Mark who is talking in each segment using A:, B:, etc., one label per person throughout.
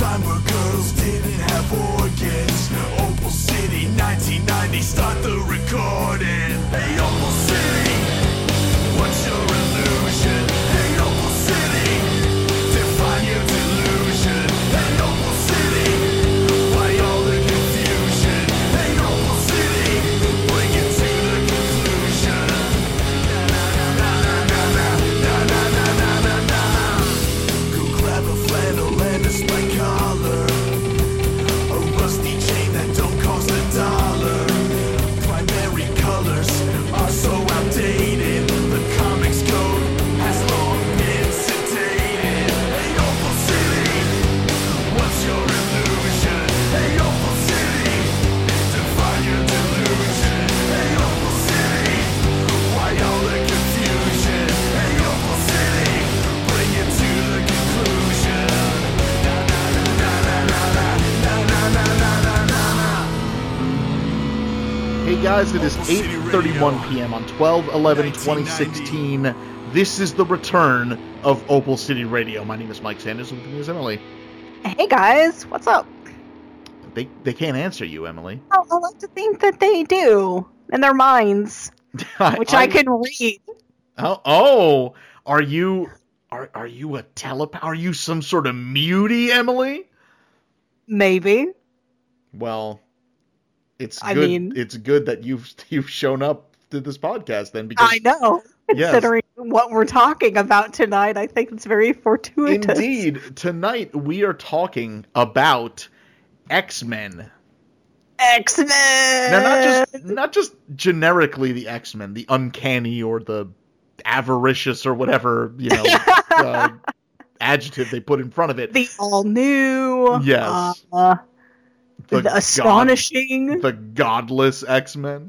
A: time where girls didn't have organs. Opal City, 1990, start the recording. Hey, Opal City, what's your illusion? Hey, Opal City, define your delusion. Hey, Opal City, why all the confusion? Hey, Opal City, bring it to the conclusion. Na na na na na na na na na na. Go grab a flannel and a spike collar. A rusty chain that don't cost a dollar. Primary colors are so outdated. The comics code has long been sedated. Hey, Opal City, what's your illusion? Hey, Opal City, define your delusion. Hey, Opal City, why all the confusion? Hey, Opal City, bring it to the conclusion. Na na na na na na na na na na na na.
B: Hey guys, it is 8:31 p.m. on 12/11/2016. This is the return of Opal City Radio. My name is Mike Sanders. With me is Emily.
C: Hey guys, what's up?
B: They they can't answer you, Emily.
C: Oh, I like to think that they do in their minds, which I, can read.
B: Oh, oh, are you are are you a telepath? Are you some sort of mutie, Emily?
C: Maybe
B: Well, it's
C: I
B: good.
C: mean-
B: it's good that you've you've shown up to this podcast then because
C: I know.
B: Yes.
C: Considering what we're talking about tonight, I think it's very fortuitous.
B: Indeed, tonight we are talking about X Men.
C: X Men.
B: Now, not just not just generically the X Men, the uncanny or the avaricious or whatever you know uh, adjective they put in front of it.
C: the all new.
B: Yes.
C: Uh, the,
B: god-
C: astonishing.
B: the godless X Men,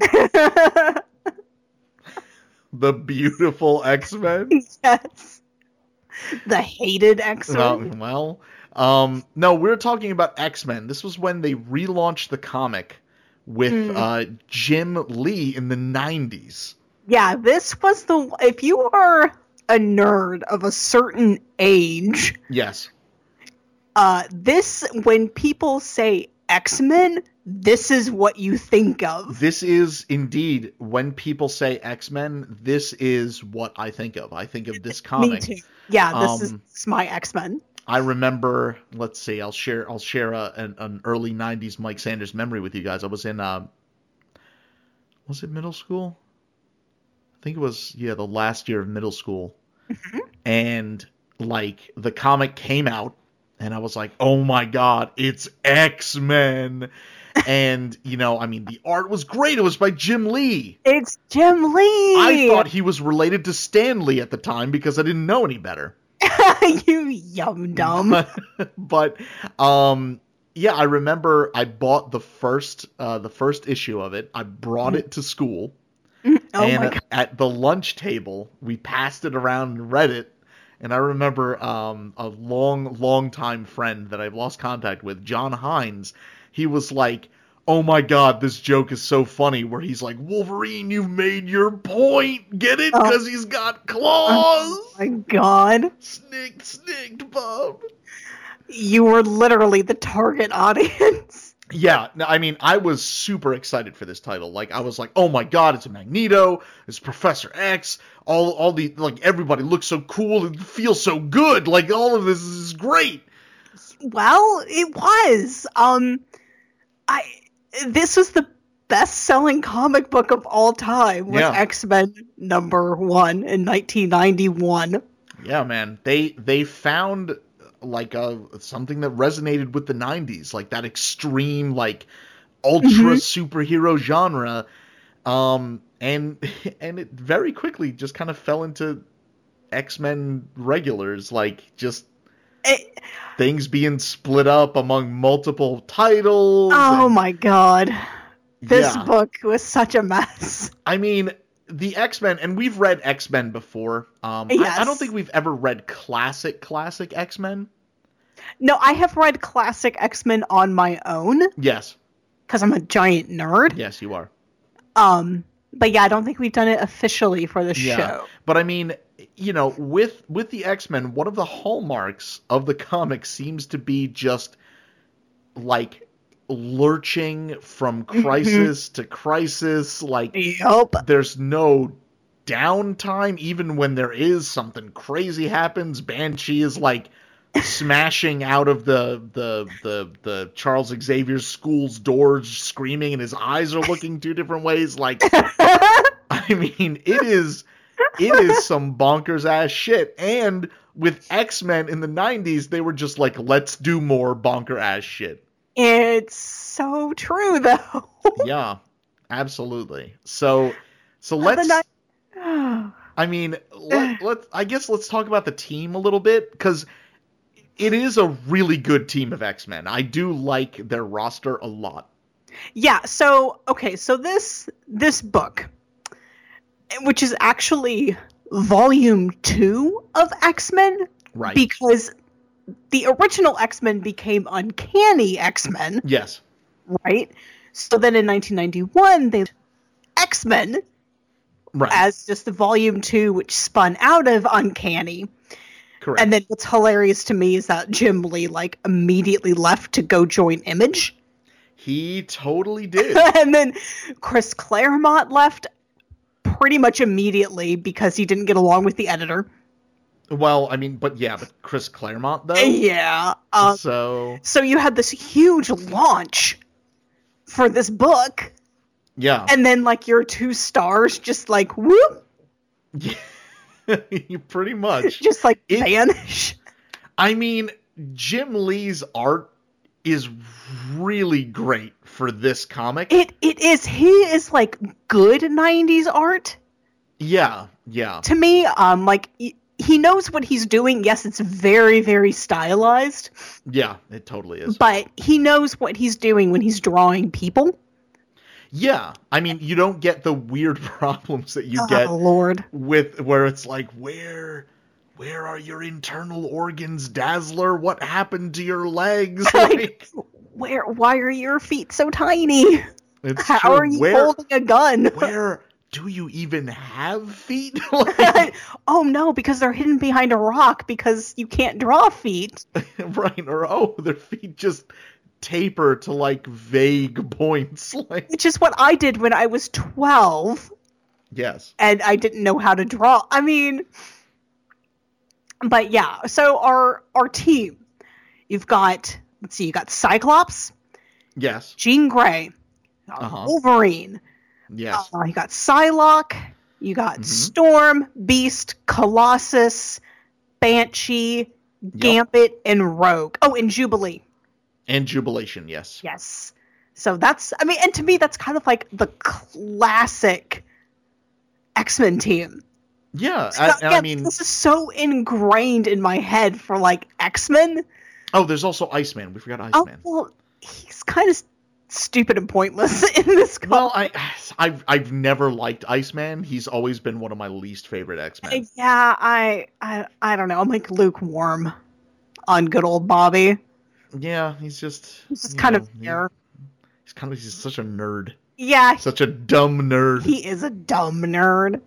B: the beautiful X Men.
C: yes. The hated X Men.
B: Well, well, um, no, we are talking about X Men. This was when they relaunched the comic with
C: Hmm.
B: uh, Jim Lee in the '90s.
C: Yeah, this was the. If you are a nerd of a certain age,
B: Yes,
C: uh, this when people say X Men, this is what you think of.
B: this is indeed when people say X Men. This is what I think of. I think of this
C: Me
B: comic.
C: too. Yeah, this is,
B: Um,
C: this is my X Men.
B: I remember. Let's see. I'll share. I'll share a, an, an early '90s Mike Sanders memory with you guys. I was in. Uh, was it middle school? I think it was. Yeah, the last year of middle school.
C: Mm-hmm.
B: And like the comic came out, and I was like, "Oh my god, it's X Men!" and you know, I mean, the art was great. It was by Jim Lee.
C: It's Jim
B: I
C: Lee.
B: thought he was related to Stan Lee at the time because I didn't know any better.
C: you yum dumb.
B: but um yeah i remember i bought the first uh the first issue of it i brought it to school
C: Oh
B: and uh,
C: my god.
B: at the lunch table we passed it around and read it and i remember um a long long time friend that i've lost contact with john hines he was like Oh my god, this joke is so funny where he's like, Wolverine, you've made your point. Get it?
C: Oh.
B: Because he's got claws.
C: Oh my god.
B: Snicked, snicked, bub.
C: You were literally the target audience.
B: Yeah, no, I mean, I was super excited for this title. Like, I was like, "Oh my god, it's a Magneto! It's Professor X! All, all the like, everybody looks so cool and feels so good. Like, all of this is great."
C: Well, it was. Um I this was the best selling comic book of all time was
B: Yeah.
C: X-Men number 1 in 1991.
B: Yeah, man, they they found like a something that resonated with the '90s, like that extreme, like ultra superhero genre. Um, and and it very quickly just kind of fell into X Men regulars, like just
C: It-
B: things being split up among multiple titles.
C: oh
B: and-
C: my god. This
B: Yeah.
C: book was such a mess.
B: I mean, the X Men, and we've read X Men before. Um, I- I,
C: Yes.
B: don't think we've ever read classic, classic X Men.
C: No, I have read classic X-Men on my own
B: Yes,
C: cuz I'm a giant nerd.
B: yes, you are.
C: Um, but yeah, I don't think we've done it officially for the
B: Yeah.
C: show.
B: But I mean, you know, with with the X Men, one of the hallmarks of the comic seems to be just like lurching from
C: Mm-hmm.
B: crisis to crisis. Like
C: Yup.
B: there's no downtime even when there is something crazy happens banshee is like smashing out of the the the the charles xavier's school's doors screaming and his eyes are looking two different ways like i mean it is it is some bonkers ass shit and with x-men in the 90s they were just like let's do more bonker ass shit
C: It's so true, though.
B: yeah absolutely so so let's
C: ni-
B: I mean, let, let's. I guess let's talk about the team a little bit because it is a really good team of X Men. I do like their roster a lot.
C: yeah. So okay. So this this book, which is actually volume two of X Men,
B: Right.
C: because the original X Men became Uncanny X Men,
B: yes.
C: right? So then in 1991, they X Men
B: Right.
C: as just the volume two, which spun out of Uncanny.
B: Correct.
C: And then what's hilarious to me is that Jim Lee like immediately left to go join Image.
B: he totally did.
C: and then Chris Claremont left pretty much immediately because he didn't get along with the editor.
B: well, I mean, but yeah, but Chris Claremont though.
C: Yeah. Um,
B: so
C: so you had this huge launch for this book,
B: yeah,
C: and then like your two stars just like whoop,
B: you pretty much.
C: just like
B: It-
C: vanish.
B: I mean, Jim Lee's art is really great for this comic.
C: It it is he is like good '90s art.
B: yeah. Yeah.
C: to me um like he, he knows what he's doing yes it's very very stylized
B: Yeah. It totally is.
C: but he knows what he's doing when he's drawing people
B: Yeah, I mean, you don't get the weird problems that you
C: oh
B: get
C: lord
B: with where it's like where where are your internal organs, Dazzler? What happened to your legs? Like,
C: where why are your feet so tiny
B: it's
C: how
B: true.
C: are you
B: where
C: holding a gun
B: where do you even have feet? Like,
C: oh no because they're hidden behind a rock because you can't draw feet
B: right or oh, their feet just taper to like vague points. Like
C: which is what i did when i was 12
B: yes,
C: and I didn't know how to draw. I mean, but yeah. So our our team, you've got let's see, you got Cyclops,
B: yes,
C: Jean Grey, uh,
B: Uh-huh.
C: Wolverine.
B: yes,
C: Uh, you got Psylocke. You got
B: Mhm.
C: Storm, Beast, Colossus, Banshee, Gambit, and Rogue. Oh, and Jubilee.
B: and jubilation. Yes,
C: Yes. So that's I mean, and to me, that's kind of like the classic X Men team.
B: yeah.
C: So,
B: I, and
C: yeah,
B: I mean,
C: this is so ingrained in my head for like X Men.
B: oh, there's also Iceman. We forgot
C: Oh,
B: Iceman.
C: well, he's kind of stupid and pointless in this.
B: Well,
C: Well,
B: I, I've I've never liked Iceman. He's always been one of my least favorite X Men.
C: yeah, I, I, I don't know. I'm like lukewarm on good old Bobby.
B: Yeah, he's just
C: He's just
B: you
C: kind
B: know,
C: of
B: he-
C: there.
B: he's kind of he's such a nerd,
C: Yeah,
B: such a dumb nerd.
C: he is a dumb nerd.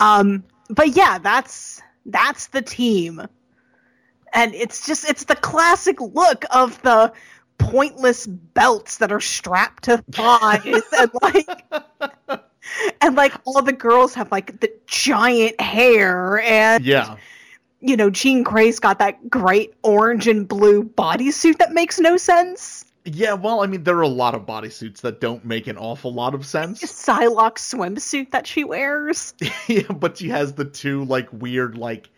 C: Um, but yeah, that's that's the team, and it's just it's the classic look of the pointless belts that are strapped to thighs and like and like all the girls have like the giant hair and
B: yeah,
C: you know jean grey's got that great orange and blue bodysuit that makes no sense
B: yeah. Well, I mean, there are a lot of bodysuits that don't make an awful lot of sense.
C: Psylocke swimsuit that she wears
B: yeah, but she has the two like weird like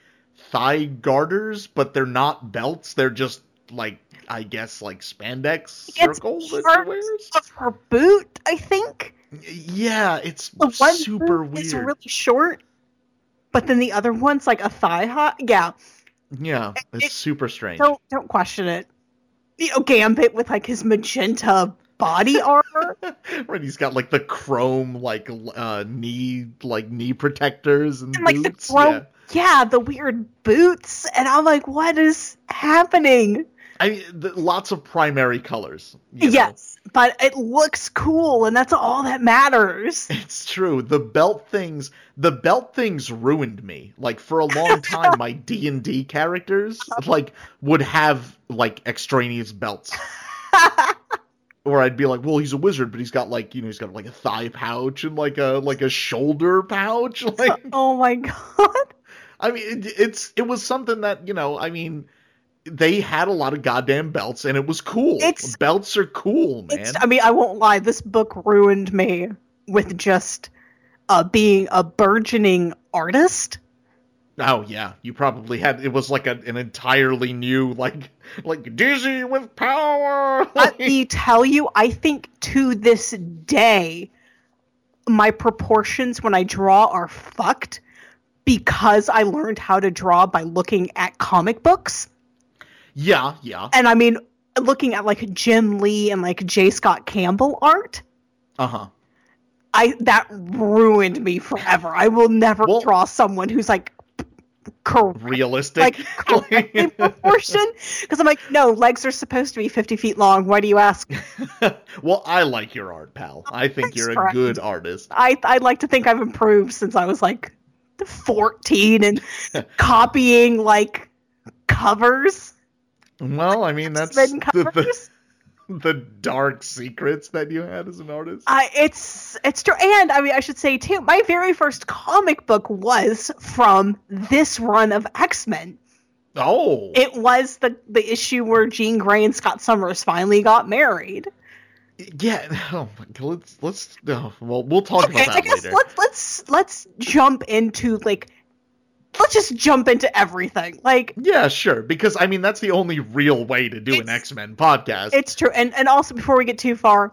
B: thigh garters, but they're not belts. They're just like I guess like spandex
C: It's
B: circles that she
C: part
B: wears.
C: of her boot i think
B: Yeah, it's
C: the one
B: super
C: boot
B: weird.
C: is really short but then the other one's like a thigh high yeah
B: Yeah, it's
C: it-
B: super strange.
C: don't don't question it you know gambit with like his magenta body armor
B: right, he's got like the chrome like l- uh knee like knee protectors and,
C: and like the
B: boots.
C: grow yeah. the weird boots and i'm like what is happening
B: I mean, th- lots of primary colors. you know?
C: Yes, but it looks cool, and that's all that matters.
B: It's true. The belt things, the belt things ruined me. Like for a long time, my D and D characters
C: Uh-huh.
B: like would have like extraneous belts, or I'd be like, well, he's a wizard, but he's got like you know he's got like a thigh pouch and like a like a shoulder pouch. Like
C: oh my god!
B: I mean, it, it's it was something that you know. I mean, they had a lot of goddamn belts, and it was cool.
C: It's-
B: belts are cool, man.
C: It's, I mean, I won't lie. This book ruined me with just uh, being a burgeoning artist.
B: Oh yeah, you probably had it was like a, an entirely new like like dizzy with power.
C: Let me tell you, I think to this day, my proportions when I draw are fucked because I learned how to draw by looking at comic books.
B: yeah, yeah.
C: And I mean, looking at like Jim Lee and like J. Scott Campbell art.
B: Uh-huh.
C: I that ruined me forever. I will never
B: Well-
C: draw someone who's like correct like
B: Realistic.
C: correctly proportion because I'm like, no, legs are supposed to be 50 feet long. Why do you ask?
B: well, I like your art, pal. I think
C: Thanks,
B: you're a
C: friend.
B: good artist.
C: I I like to think I've improved since I was like 14 and copying like covers,
B: Well, I mean that's
C: X-Men
B: the,
C: covers.
B: the, the dark secrets that you had as an artist.
C: I it's it's true, and I mean I should say too. My very first comic book was from this run of X Men.
B: oh.
C: It was the the issue where Jean Grey and Scott Summers finally got married.
B: yeah. Oh my god. Let's let's oh, well, we'll talk
C: Okay,
B: about
C: I
B: that
C: guess
B: later.
C: let's let's let's jump into like let's just jump into everything. Like
B: Yeah, sure. Because I mean, that's the only real way to do an
C: It's-
B: X-Men podcast.
C: it's true, and and also before we get too far,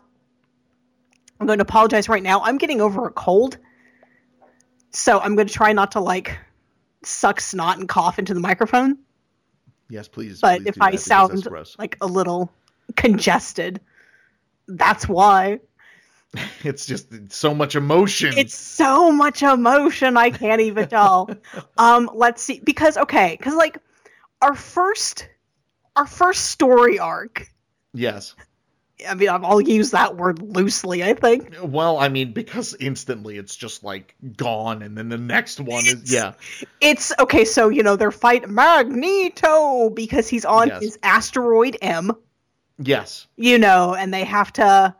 C: I'm going to apologize right now. I'm getting over a cold, so I'm going to try not to like suck snot and cough into the microphone.
B: Yes, please.
C: But
B: please
C: if
B: do
C: I
B: that because
C: sound
B: that's gross.
C: like a little congested, that's why.
B: it's just so much emotion.
C: it's so much emotion i can't even tell um let's see because okay because like our first our first story arc
B: yes.
C: i mean i'll use that word loosely i think
B: Well, I mean, because instantly it's just like gone, and then the next one is
C: It's-
B: yeah,
C: it's okay so you know their fight magneto because he's on
B: Yes.
C: his asteroid m
B: yes,
C: you know and they have to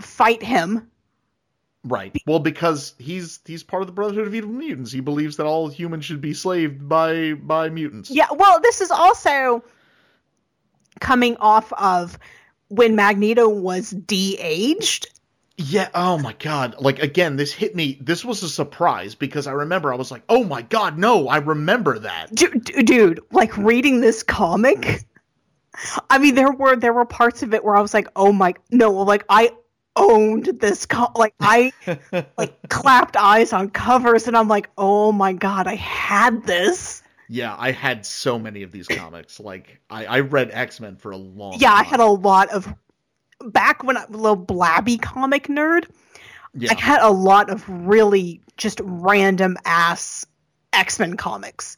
C: fight him
B: right. Well, because he's he's part of the Brotherhood of Evil Mutants. He believes that all humans should be slaved by by mutants.
C: yeah well this is also coming off of when magneto was de-aged
B: Yeah, oh my god. Like again, this hit me. This was a surprise because I remember I was like, "Oh my god, no, I remember that."
C: dude, dude like reading this comic i mean there were there were parts of it where i was like oh my no well, like i owned this co- like i like clapped eyes on covers and i'm like oh my god i had this
B: Yeah, I had so many of these comics. Like I I read X-Men for a long
C: yeah i
B: time.
C: had a lot of back when i was a little blabby comic nerd
B: yeah.
C: i had a lot of really just random ass x-men comics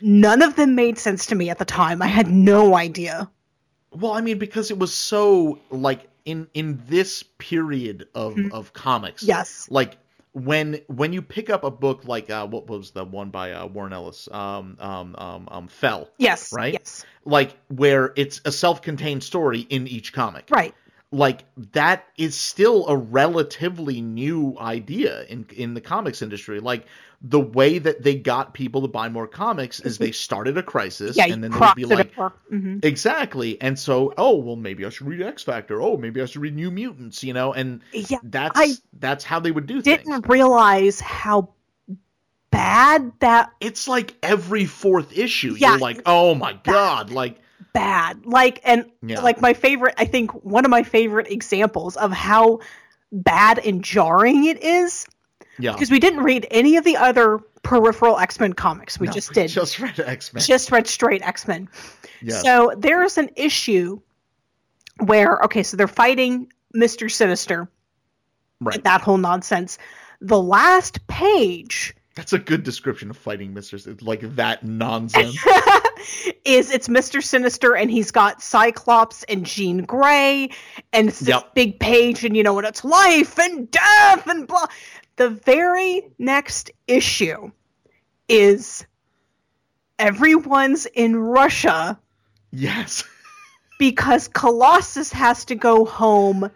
C: none of them made sense to me at the time i had no idea
B: Well, I mean, because it was so like in in this period of
C: Mhm.
B: of comics.
C: yes
B: Like when when you pick up a book like uh, what was the one by uh, Warren Ellis, um, um, um, um, Fell,
C: Yes.
B: Right?
C: Yes.
B: like where it's a self-contained story in each comic.
C: Right.
B: Like that is still a relatively new idea in in the comics industry. Like the way that they got people to buy more comics is they started a crisis
C: Yeah.
B: and
C: you
B: then they'd
C: cropped
B: be
C: it
B: like,
C: over. Mhm.
B: Exactly. And so, oh, well maybe I should read X Factor. Oh, maybe I should read New Mutants, you know, and
C: Yeah.
B: that's
C: I
B: that's how they would do things.
C: Didn't realize how bad that
B: It's like every fourth issue
C: Yeah.
B: you're like, "Oh my god." Like
C: bad. Like and
B: yeah.
C: like my favorite I think one of my favorite examples of how bad and jarring it is
B: yeah.
C: because we didn't read any of the other peripheral X-Men comics. We
B: No,
C: just did.
B: Just read X-Men.
C: just read straight X-Men.
B: Yes.
C: So there's an issue where okay, so they're fighting Mr. Sinister.
B: right.
C: that whole nonsense. The last page
B: That's a good description of fighting Mr. Sid- like that nonsense.
C: is it's Mr. Sinister and he's got Cyclops and Jean Grey and it's this
B: Yep.
C: big page and you know and it's life and death and blah. The very next issue is everyone's in Russia
B: Yes.
C: because Colossus has to go home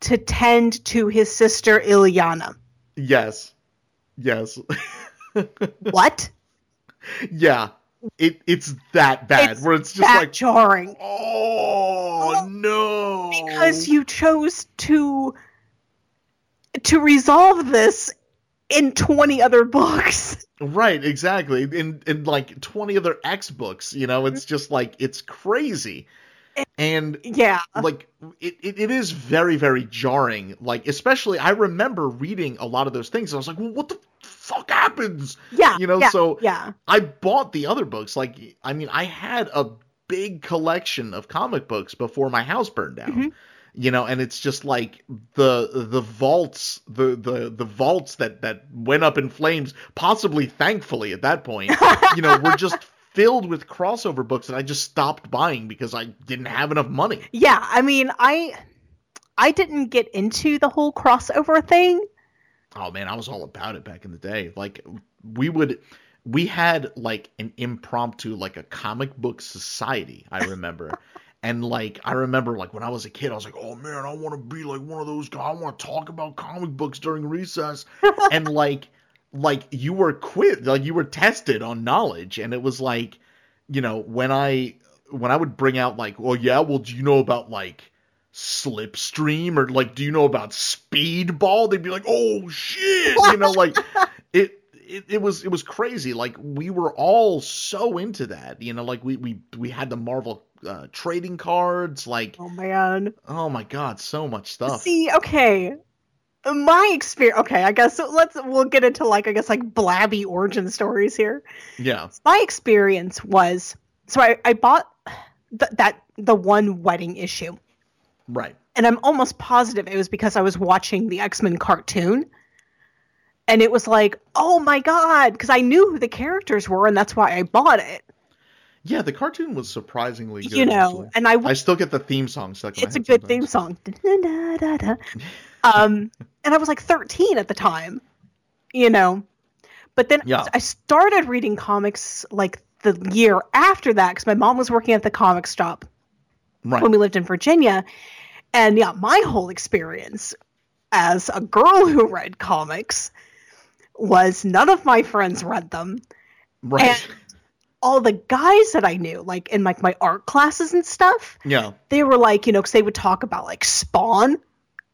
C: to tend to his sister Ilyana.
B: Yes. Yes.
C: What?
B: yeah. It it's that bad
C: It's
B: where it's just
C: That
B: like
C: jarring.
B: oh no. Oh.
C: Because you chose to to resolve this in 20 other books.
B: Right, exactly. In in like 20 other X books, you know, it's just like it's crazy. And
C: Yeah.
B: like it, it, it is very very jarring like especially i remember reading a lot of those things and i was like well what the fuck happens
C: Yeah.
B: you know,
C: yeah,
B: so-
C: yeah.
B: i bought the other books like i mean i had a big collection of comic books before my house burned down
C: Mhm.
B: you know and it's just like the the vaults the the the vaults that that went up in flames possibly thankfully at that point you know were just filled with crossover books and i just stopped buying because i didn't have enough money
C: Yeah, I mean, I I didn't get into the whole crossover thing.
B: oh man, I was all about it back in the day. Like we would we had like an impromptu like a comic book society, I remember. and like I remember like when I was a kid, I was like, "Oh man, I want to be like one of those guys. I want to talk about comic books during recess." and like like you were quiz like you were tested on knowledge and it was like, you know, when I when I would bring out like, "Well, yeah, well, do you know about like slipstream or like do you know about speedball they'd be like oh shit you know like it, it it was it was crazy like we were all so into that you know like we we we had the marvel uh, trading cards like
C: Oh man.
B: oh my god so much stuff
C: See, okay. My experience. Okay, I guess so let's we'll get into like I guess like blabby origin stories here.
B: yeah
C: My experience was so I I bought th- that the one wedding issue,
B: right
C: and I'm almost positive it was because I was watching the X Men cartoon, and it was like, oh my god, because I knew who the characters were, and that's why I bought it.
B: yeah the cartoon was surprisingly good
C: you know,
B: actually.
C: and I
B: I still get the theme song stuck in my
C: it's a
B: head
C: good theme
B: sometimes.
C: song. Da-da-da-da-da. Um, and I was like 13 at the time, you know. But then
B: Yeah.
C: I started reading comics like the year after that because my mom was working at the comic shop when
B: right
C: we lived in Virginia. And yeah, my whole experience as a girl who read comics was none of my friends read them
B: right
C: all the guys that i knew like in like my art classes and stuff
B: yeah
C: they were like, you know, because they would talk about like Spawn.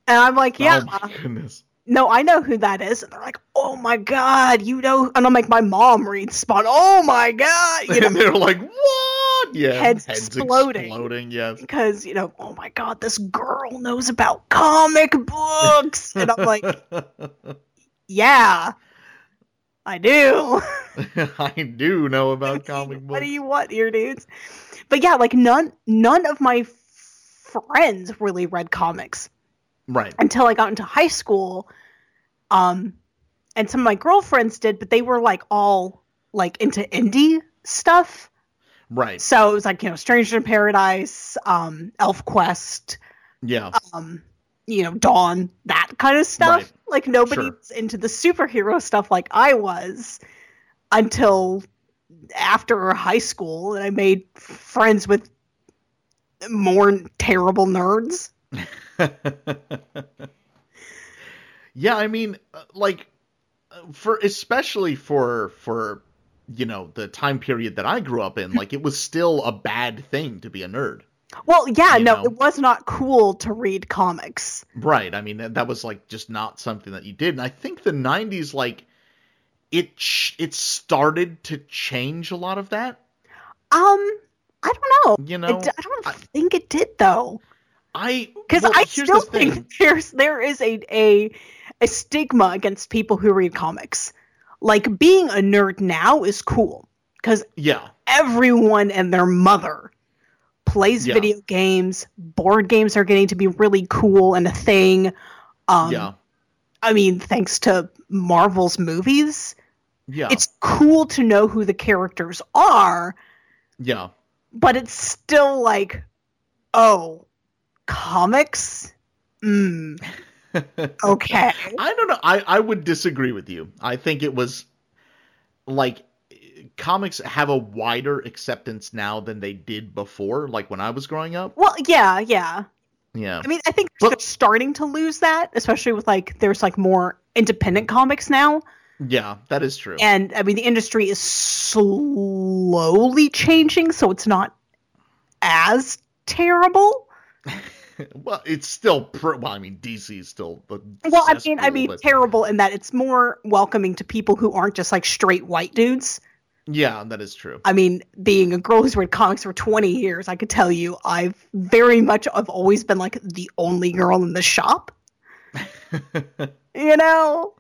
C: And I'm like, yeah,
B: oh my goodness
C: no, I know who that is. And they're like, oh my God, you know. And I'm like, my mom reads Spawn. Oh my God. You
B: and
C: know,
B: they're like what yeah
C: Heads exploding.
B: exploding yes
C: because, you know, oh my God, this girl knows about comic books. And I'm like, yeah, I do.
B: I do know about comic
C: what
B: books.
C: do you want here, dudes? But yeah, like none, none of my friends really read comics.
B: Right.
C: until I got into high school. Um, and some of my girlfriends did, but they were like all like into indie stuff.
B: Right.
C: So it was like you know, Stranger in Paradise, um, Elf Quest,
B: Yeah.
C: um, you know, Dawn, that kind of stuff.
B: Right.
C: Like nobody
B: Sure.
C: was into the superhero stuff like I was until after high school, and I made friends with more terrible nerds.
B: yeah, I mean uh, like uh, for especially for for you know the time period that I grew up
C: Hmm.
B: in, like it was still a bad thing to be a nerd.
C: Well, yeah,
B: you
C: no,
B: know?
C: it was not cool to read comics.
B: Right. I mean, that, that was like just not something that you did. And I think the 90s like it ch- it started to change a lot of that,
C: Um, I don't know.
B: you
C: I
B: know.
C: d- I don't
B: I-
C: think it did though,
B: I
C: because
B: well,
C: I
B: here's
C: still
B: the thing.
C: think there's there is a a a stigma against people who read comics. Like being a nerd now is cool because
B: Yeah.
C: everyone and their mother plays
B: Yeah.
C: video games. Board games are getting to be really cool and a thing. Um,
B: yeah.
C: I mean, thanks to Marvel's movies.
B: Yeah.
C: it's cool to know who the characters are
B: Yeah.
C: but it's still like, oh, comics? Mm, okay.
B: I don't know. I, I would disagree with you. I think it was like comics have a wider acceptance now than they did before, like when I was growing up.
C: well, yeah, yeah.
B: Yeah.
C: I mean, I think they're
B: But-
C: starting to lose that, especially with like there's like more independent comics now,
B: Yeah, that is true.
C: and I mean the industry is slowly changing, so it's not as terrible.
B: well, it's still pr- well, I mean DC is still the
C: Well, I mean, I
B: cesspool,
C: mean
B: but-
C: terrible in that it's more welcoming to people who aren't just like straight white dudes.
B: yeah, that is true.
C: I mean, being a girl who's read comics for 20 years, I could tell you I've very much I've always been like the only girl in the shop. You know,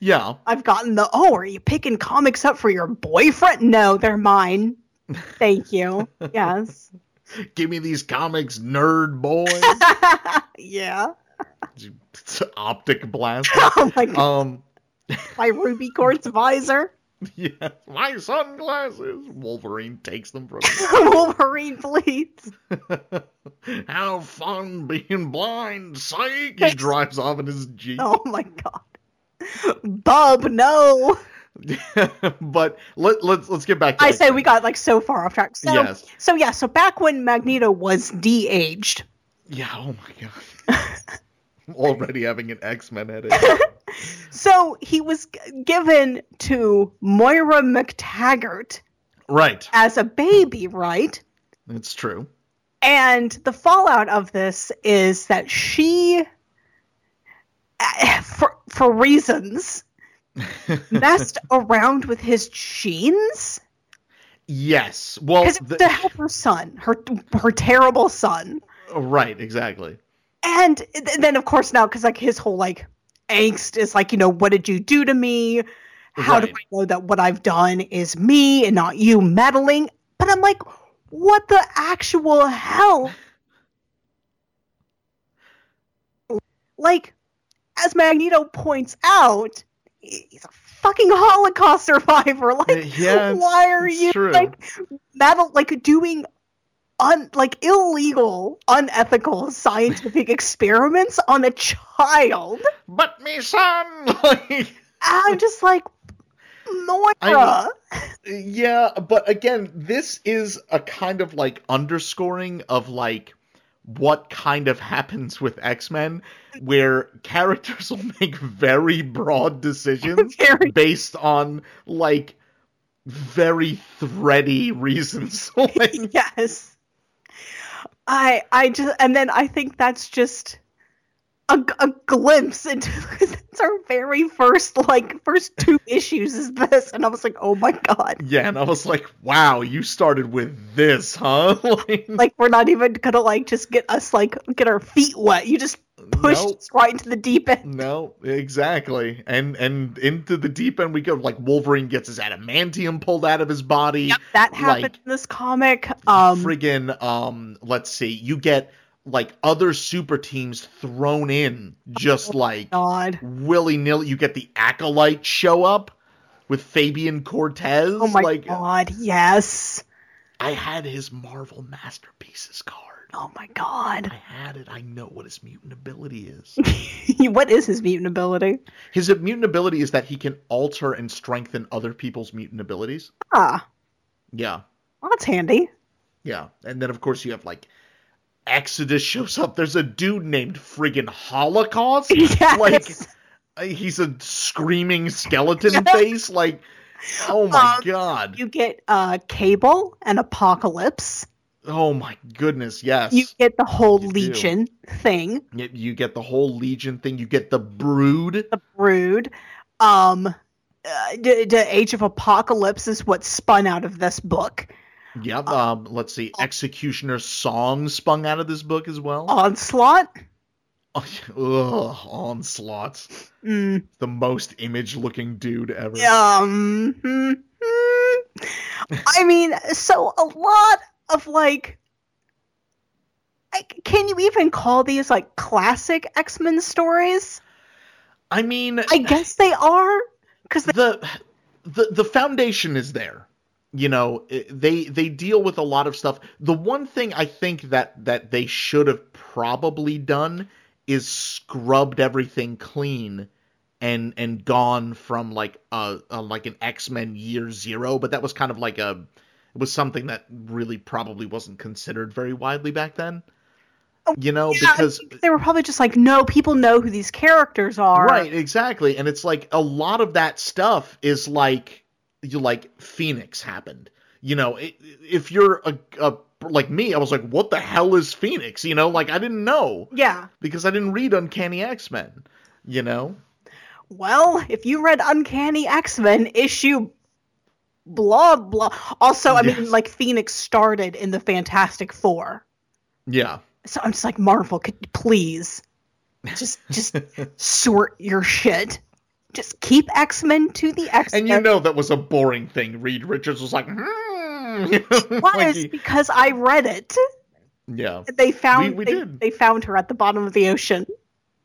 B: yeah.
C: I've gotten the oh, are you picking comics up for your boyfriend? No, they're mine. Thank you. yes.
B: Give me these comics, nerd boy.
C: yeah.
B: Optic blast.
C: Oh my god,
B: Um
C: my Ruby Quartz visor.
B: yeah, my sunglasses. Wolverine takes them from him.
C: Wolverine, please.
B: Have fun being blind, psych! He drives off in his Jeep.
C: Oh my god. Bub, no.
B: but let, let's let's get back to
C: I
B: X-Men.
C: say we got like so far off track. So,
B: Yes.
C: so yeah, so back when Magneto was de-aged,
B: Yeah, oh my god. I'm already having an X-Men headache.
C: So he was g- given to Moira McTaggart
B: right.
C: as a baby, right?
B: It's true.
C: And the fallout of this is that she, eh, for, for reasons, messed around with his genes
B: Yes. Well,
C: because
B: the-
C: to help her son, her her terrible son.
B: right, exactly.
C: and th- then of course now because like his whole like angst is like you know what did you do to me how do
B: Right.
C: i know that what i've done is me and not you meddling but i'm like what the actual hell like as magneto points out he- he's a fucking holocaust survivor like
B: Yeah, it's-
C: why are
B: it's
C: you
B: true.
C: like meddle like doing un like illegal, unethical scientific experiments on a child.
B: But me son. Like,
C: I'm just like Moira.
B: I- yeah, but again, this is a kind of like underscoring of like what kind of happens with X-Men where characters will make very broad decisions
C: Very-
B: based on like very thready reasons. like,
C: yes. I I just and then I think that's just a, a glimpse into that's our very first like first two issues is this and I was like oh my god
B: yeah, and I was like, "Wow, you started with this, huh?" like,
C: like we're not even gonna like just get us like get our feet wet you just pushed
B: Nope.
C: us right into the deep end
B: No, exactly. And and into the deep end we go. Like Wolverine gets his adamantium pulled out of his body.
C: Yep, that happened
B: like-
C: in this comic. Um,
B: Friggin' um, let's see, you get like other super teams thrown in just like
C: Oh God.
B: willy nilly. You get the acolyte show up with Fabian Cortez.
C: Oh my
B: like uh,
C: God. Yes.
B: I had his Marvel masterpieces card.
C: Oh my God.
B: I had it. I know what his mutant ability is.
C: what is his mutant ability?
B: his mutant ability is that he can alter and strengthen other people's mutant abilities.
C: Ah,
B: Yeah.
C: well, that's handy.
B: Yeah, and then of course you have like Exodus shows up. There's a dude named friggin' Holocaust.
C: Yes.
B: Like uh, he's a screaming skeleton face. Like, oh my
C: Um,
B: god,
C: you get uh, Cable and Apocalypse.
B: oh my goodness, yes.
C: You
B: You,
C: get the whole
B: You do.
C: Legion thing.
B: you get the whole Legion thing. You get the Brood.
C: The Brood. Um, uh, the, the Age of Apocalypse is what spun out of this book.
B: Yep.
C: uh,
B: Um. Let's see. Executioner song spung out of this book as well.
C: Onslaught. Uh,
B: Ugh. Onslaught.
C: Mm.
B: The most image-looking dude ever.
C: Um, hmm, hmm. I mean, so a lot of like, I, can you even call these like classic X Men stories?
B: I mean,
C: I guess they are because
B: the the the foundation is there. you know it- they they deal with a lot of stuff the one thing i think that that they should have probably done is scrubbed everything clean and and gone from like a, a like an x-men year zero but that was kind of like a it was something that really probably wasn't considered very widely back then
C: Oh,
B: you know
C: Yeah, I
B: because
C: think they were probably just like, no, people know who these characters are.
B: Right, exactly. And it's like a lot of that stuff is like you like Phoenix happened. You know, i if you're a, a like me, I was like, what the hell is Phoenix? You know, like I didn't know
C: Yeah.
B: because I didn't read Uncanny X Men. You know,
C: Well, if you read Uncanny X Men issue, blah blah. Also, I
B: Yes.
C: mean, like Phoenix started in the Fantastic Four,
B: yeah,
C: so I'm just like, Marvel, could you please just just sort your shit. Just keep X Men to the X Men.
B: and you know that was a boring thing. Reed Richards was like, hmm. Like
C: was
B: he-
C: because I read it.
B: yeah,
C: They found
B: We- we
C: they,
B: did.
C: they found her at the bottom of the ocean,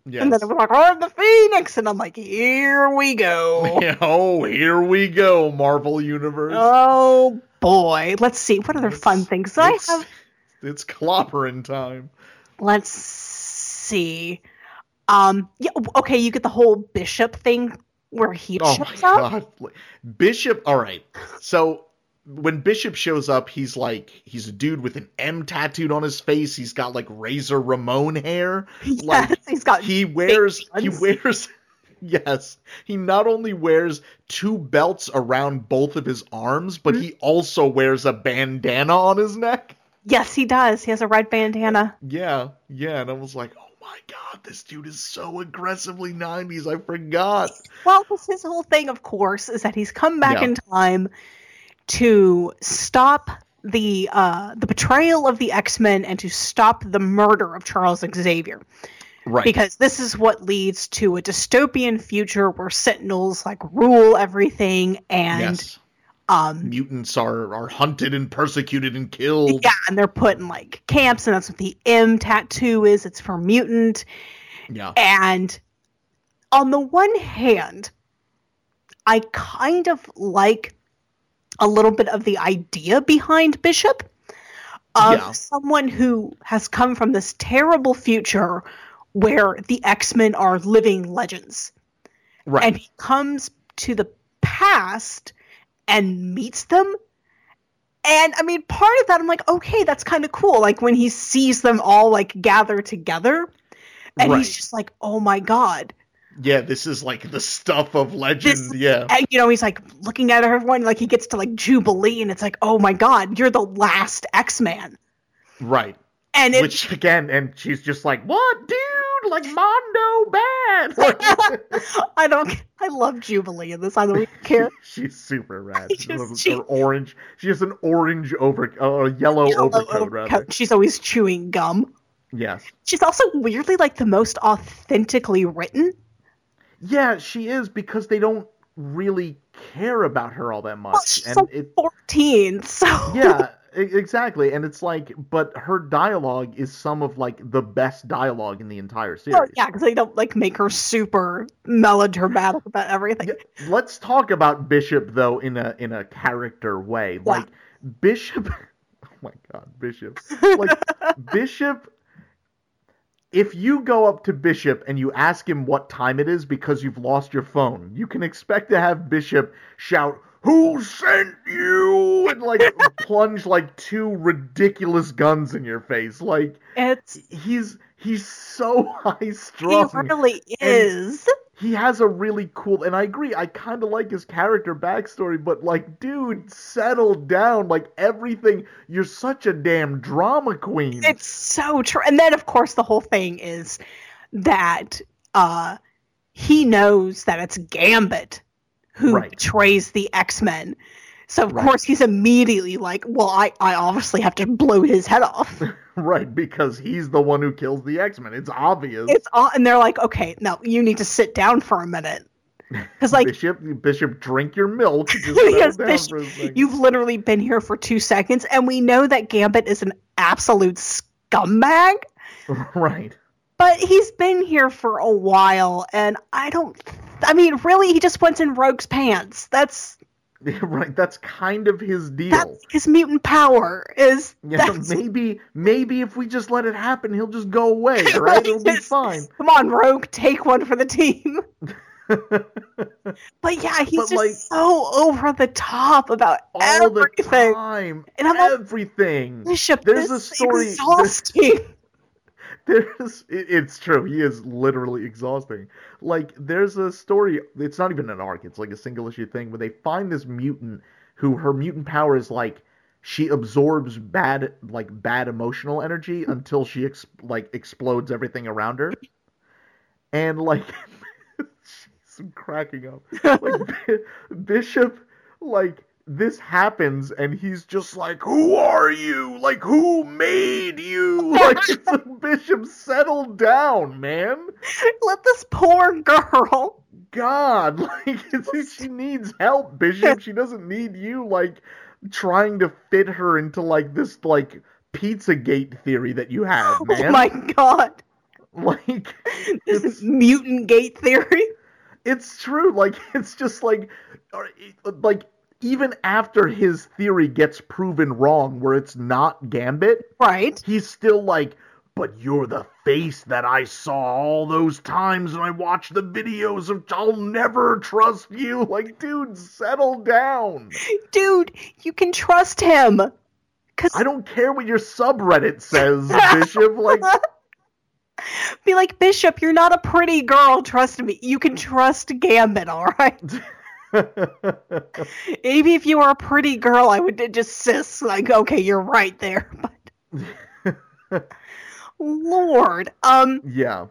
B: yes.
C: and then it was like, "Oh, the Phoenix," and I'm like, "Here we go."
B: Yeah, oh, here we go, Marvel Universe.
C: Oh boy. Let's see. What other fun things do I
B: it's,
C: have?
B: it's clobbering time.
C: Let's see. Um yeah, okay, you get the whole bishop thing where he
B: Oh my
C: shows up.
B: god. Bishop, all right. So when Bishop shows up, he's like he's a dude with an M tattooed on his face. He's got like Razor Ramon hair.
C: Yes,
B: Like,
C: he's got
B: He wears he
C: ones.
B: wears yes. He not only wears two belts around both of his arms, but he also wears a bandana on his neck.
C: Yes, he does. He has a red bandana.
B: Yeah. Yeah, and I was like, "Oh my god, this dude is so aggressively 90s. I forgot."
C: Well, 'cause his whole thing, of course, is that he's come back
B: Yeah.
C: in time to stop the uh the betrayal of the X-Men and to stop the murder of Charles Xavier.
B: Right.
C: because this is what leads to a dystopian future where sentinels like rule everything and
B: yes.
C: um
B: mutants are are hunted and persecuted and killed.
C: yeah and they're put in like camps and that's what the m tattoo is it's for mutant
B: Yeah.
C: and on the one hand i kind of like a little bit of the idea behind bishop of
B: Yeah.
C: someone who has come from this terrible future where the x-men are living legends
B: Right.
C: and he comes to the past and meets them and i mean part of that i'm like okay that's kind of cool like when he sees them all like gather together and
B: Right.
C: he's just like oh my god
B: yeah, this is like the stuff of legend.
C: This-
B: yeah.
C: and you know he's like looking at everyone like he gets to like jubilee and it's like oh my god you're the last x-man
B: Right.
C: and it,
B: Which again, and she's just like, "What, dude? Like Mondo bad." Like,
C: i don't i love jubilee in this i don't care
B: she's super rad.
C: I
B: She
C: just-
B: loves
C: she-
B: her orange. She has an orange over, uh, yellow,
C: Yellow
B: overcoat, rather.
C: overcoat. she's always chewing gum
B: Yes.
C: she's also weirdly like the most authentically written
B: Yeah, she is because they don't really care about her all that much,
C: Well, she's
B: and
C: like
B: it
C: 14, so
B: yeah e- exactly and it's like but her dialogue is some of like the best dialogue in the entire series
C: Oh, yeah, because they don't like make her super melodramatic about everything.
B: Yeah, let's talk about bishop though in a in a character way
C: Yeah.
B: like bishop oh my god bishop like bishop if you go up to bishop and you ask him what time it is because you've lost your phone you can expect to have bishop shout who sent you and like plunge like two ridiculous guns in your face like
C: It's
B: he's he's so high
C: he
B: strung
C: really is.
B: he has a really cool and I agree, I kinda like his character backstory, but like, dude, settle down. Like everything you're such a damn drama queen.
C: It's so true. And then of course the whole thing is that uh he knows that it's Gambit who
B: Right.
C: betrays the X-Men. So of
B: Right.
C: course he's immediately like, well, I, I obviously have to blow his head off.
B: right, because he's the one who kills the X-Men. It's obvious.
C: it's all, and they're like, okay, no, you need to sit down for a minute. Because like
B: Bishop Bishop, drink your milk. Just settle
C: Yes,
B: down
C: Bishop,
B: for a second.
C: You've literally been here for two seconds, and we know that Gambit is an absolute scumbag,
B: right.
C: but he's been here for a while, and I don't. I mean, really, he just went in Rogue's pants. That's
B: Yeah, right. That's kind of his deal.
C: That's his mutant power. Is
B: yeah,
C: that's
B: maybe maybe if we just let it happen, he'll just go away, right? It'll be
C: Yes.
B: fine.
C: Come on, Rogue, take one for the team. But yeah, he's
B: But,
C: just
B: like-
C: so over the top about
B: All the
C: everything.
B: time.
C: And I'm like,
B: everything.
C: Bishop,
B: There's
C: this
B: a story-
C: is exhausting.
B: There's it- it's true. He is literally exhausting. Like there's a story. It's not even an arc. It's like a single issue thing where they find this mutant who her mutant power is like she absorbs bad like bad emotional energy
C: Hmm.
B: until she ex- like explodes everything around her. And like she's cracking up. Like Bi- Bishop like this happens and he's just like who are you like who made you like it's like, bishop settle down man
C: Let this poor girl.
B: god like it's like she needs help bishop she doesn't need you like trying to fit her into like this like pizzagate theory that you have man
C: Oh my god.
B: like
C: This
B: It's-
C: is mutant gate theory.
B: it's true like it's just like or- like even after his theory gets proven wrong where it's not gambit
C: Right.
B: he's still like, but you're the face that I saw all those times and I watched the videos of I'll never trust you. Like, dude, settle down.
C: Dude, you can trust him. Cause
B: I don't care what your subreddit says, Bishop. Like,
C: be like, Bishop, you're not a pretty girl, trust me. You can trust Gambit, alright? Maybe if you were a pretty girl, I would just sis, like, okay, you're right there. But Lord. Um
B: yeah.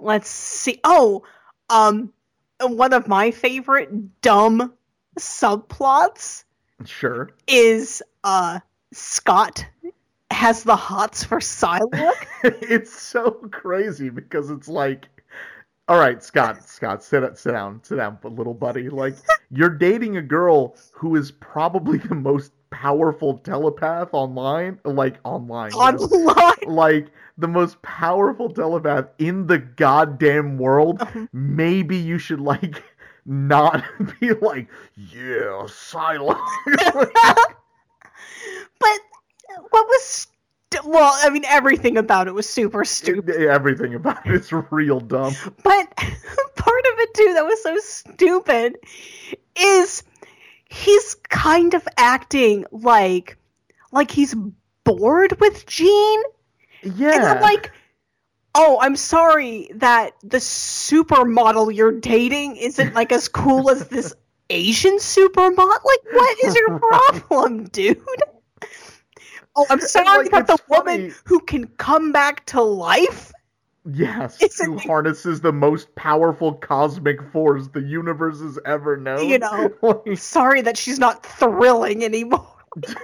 C: let's see. Oh, um, one of my favorite dumb subplots
B: Sure.
C: is uh Scott has the hots for Psylocke.
B: it's so crazy because it's like all right scott scott sit, sit down sit down but little buddy like you're dating a girl who is probably the most powerful telepath online like online you know?
C: online.
B: like the most powerful telepath in the goddamn world
C: Uh-huh.
B: maybe you should like not be like yeah Psylocke.
C: But what was st- well, I mean, everything about it was super stupid.
B: everything about it is real dumb
C: But part of it too that was so stupid is he's kind of acting like like he's bored with Jean And
B: yeah
C: I'm like, oh, I'm sorry that the supermodel you're dating isn't like as cool as this Asian supermodel. Like, what is your problem, dude? Oh, I'm sorry
B: like,
C: that the
B: it's
C: woman
B: funny-
C: who can come back to life.
B: Yes,
C: It's a
B: who
C: thing-
B: harnesses the most powerful cosmic force the universe has ever known.
C: You know.
B: Like,
C: Sorry that she's not thrilling anymore. Like,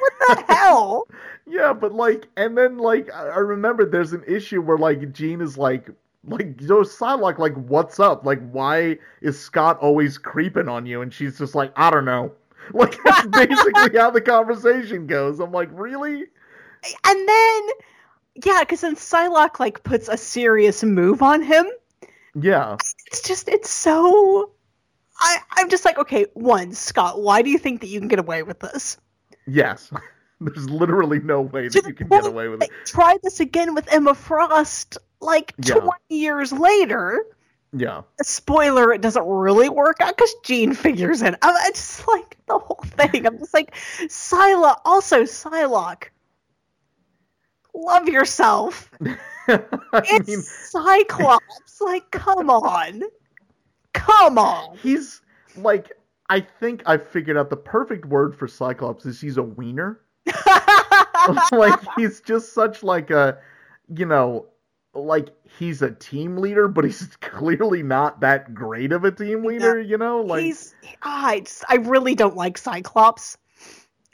C: what the hell?
B: yeah, but like, and then like, I I remember there's an issue where like Jean is like, like, yo, Psylocke, like, what's up? Like, why is Scott always creeping on you? And she's just like, I don't know. Like, that's basically how the conversation goes. I'm like, really?
C: And then, yeah, because then Psylocke like puts a serious move on him.
B: Yeah,
C: it's just it's so I, I'm just like, okay, one, Scott, why do you think that you can get away with this?
B: yes. There's literally no way
C: To
B: that
C: the
B: you can get
C: point
B: away with it.
C: Like, try this again with Emma Frost like
B: Yeah.
C: 20 years later.
B: Yeah.
C: Spoiler, it doesn't really work out because Jean figures in. I'm I just like the whole thing. I'm just like, Psylocke, also Psylocke, love yourself.
B: I
C: It's
B: mean,
C: Cyclops. like, come on. Come on.
B: He's like, I think I figured out the perfect word for Cyclops is he's a wiener. like he's just such like a, you know, like he's a team leader, but he's clearly not that great of a team leader. You know, like
C: he's ah, I just, I really don't like Cyclops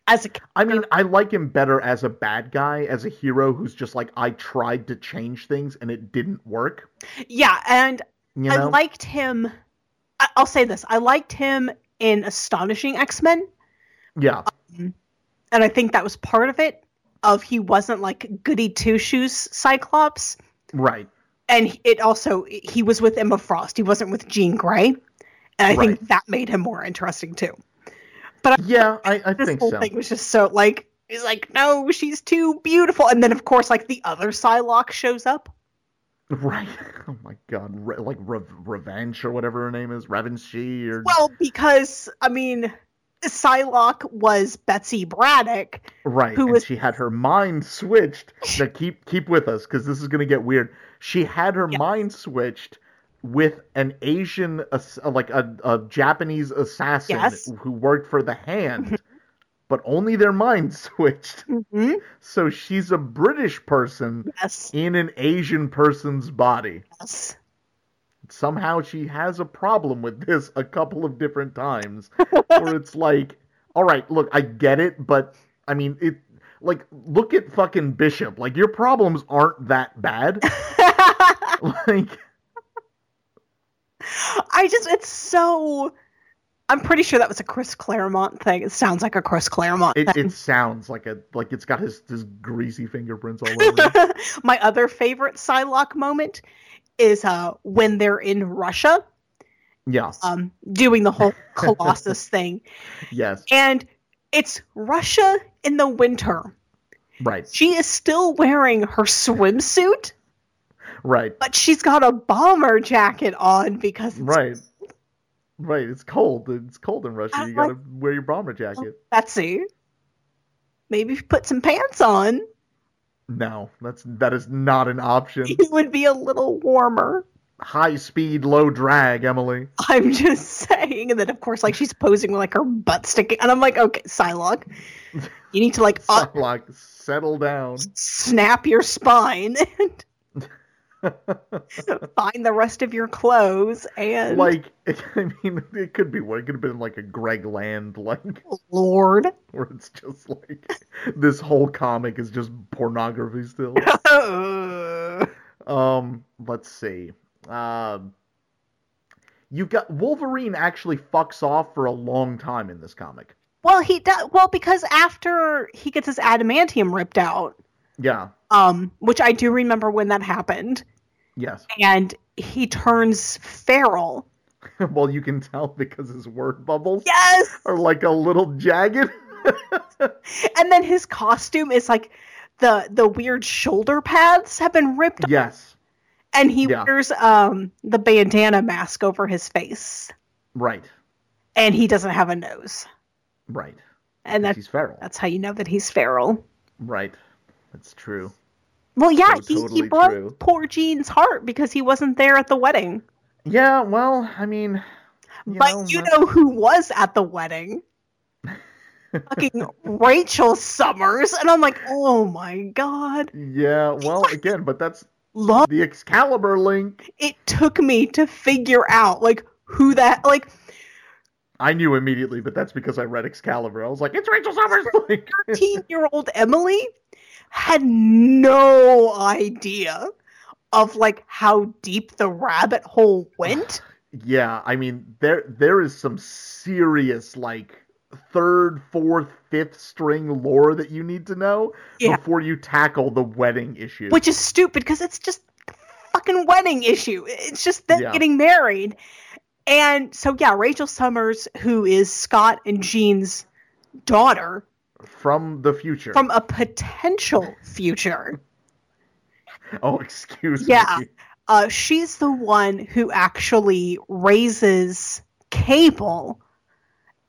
C: as a
B: I mean, I like him better as a bad guy, as a hero who's just like I tried to change things and it didn't work.
C: yeah, and
B: You
C: I
B: know,
C: liked him. I, I'll say this: I liked him in Astonishing X Men,
B: yeah,
C: and I think that was part of it. Of he wasn't like goody two shoes Cyclops,
B: right,
C: and he- it also he was with Emma Frost. He wasn't with Jean Grey, and I think that made him more interesting too. But I,
B: Yeah, I, I
C: this
B: think
C: whole
B: so.
C: thing was just so like he's like, no, she's too beautiful, and then of course like the other Psylocke shows up.
B: Right. Oh my god. Re- like Re- Revenge or whatever her name is. Revenshi or.
C: Well, because I mean, Psylocke was Betsy Braddock.
B: Right,
C: who
B: and
C: was-
B: she had her mind switched. Now keep keep with us because this is going to get weird. She had her
C: Yeah.
B: mind switched with an Asian, ass- like a, a Japanese assassin
C: Yes.
B: who worked for the Hand, but only their mind switched.
C: Mm-hmm.
B: So she's a British person
C: Yes,
B: in an Asian person's body.
C: yes.
B: Somehow she has a problem with this a couple of different times where it's like, all right, look, I get it, but I mean, it like look at fucking Bishop. Like your problems aren't that bad. like
C: I just it's so I'm pretty sure that was a Chris Claremont thing. It sounds like a Chris Claremont
B: it,
C: thing.
B: it sounds like a like it's got his his greasy fingerprints all over. it.
C: My other favorite Psylocke moment is uh when they're in Russia
B: Yeah.
C: um doing the whole Colossus thing.
B: Yes.
C: And it's Russia in the winter.
B: Right.
C: She is still wearing her swimsuit,
B: Right.
C: but she's got a bomber jacket on because it's
B: Right. Right. It's cold. It's cold in Russia.
C: I'm oh.
B: You gotta wear your bomber jacket.
C: Betsy. Maybe put some pants on.
B: No, that's that is not an option.
C: It would be a little warmer.
B: High speed, low drag, Emily.
C: I'm just saying. And then, of course, like she's posing with like her butt sticking. And I'm like, okay, Psylocke, you need to like uh,
B: Psylocke, settle down.
C: snap your spine and find the rest of your clothes. And
B: like, I mean, it could be what it could have been like a Greg Land, like,
C: Lord,
B: where it's just like this whole comic is just pornography still. um, let's see. Um, you got Wolverine actually fucks off for a long time in this comic.
C: well, he does. Well, because after he gets his adamantium ripped out,
B: Yeah.
C: um, which I do remember when that happened,
B: Yes.
C: and he turns feral.
B: well, you can tell because his word bubbles
C: Yes.
B: are like a little jagged.
C: and then his costume is like the the weird shoulder pads have been ripped off,
B: yes.
C: and he
B: yeah.
C: wears um the bandana mask over his face
B: Right.
C: and he doesn't have a nose
B: Right.
C: and that's
B: She's feral.
C: that's how you know that he's feral
B: Right. That's true.
C: well yeah
B: So
C: he,
B: totally
C: he broke
B: true.
C: poor jean's heart because he wasn't there at the wedding
B: Yeah, well, I mean, you
C: but
B: know,
C: you
B: that-
C: know who was at the wedding fucking rachel summers and i'm like oh my god
B: yeah, well, again, but that's
C: love
B: the Excalibur link.
C: it took me to figure out like who that like
B: I knew immediately, but that's because I read Excalibur. I was like, it's Rachel Summers link.
C: 13 year old Emily had no idea of like how deep the rabbit hole went.
B: yeah, I mean, there there is some serious like third, fourth, fifth string lore that you need to know
C: Yeah.
B: before you tackle the wedding issue.
C: which is stupid because it's just the fucking wedding issue. It's just them
B: Yeah.
C: getting married. And so yeah, Rachel Summers, who is Scott and Jean's daughter
B: from the future.
C: from a potential future,
B: oh, excuse
C: Yeah.
B: me.
C: uh, she's the one who actually raises Cable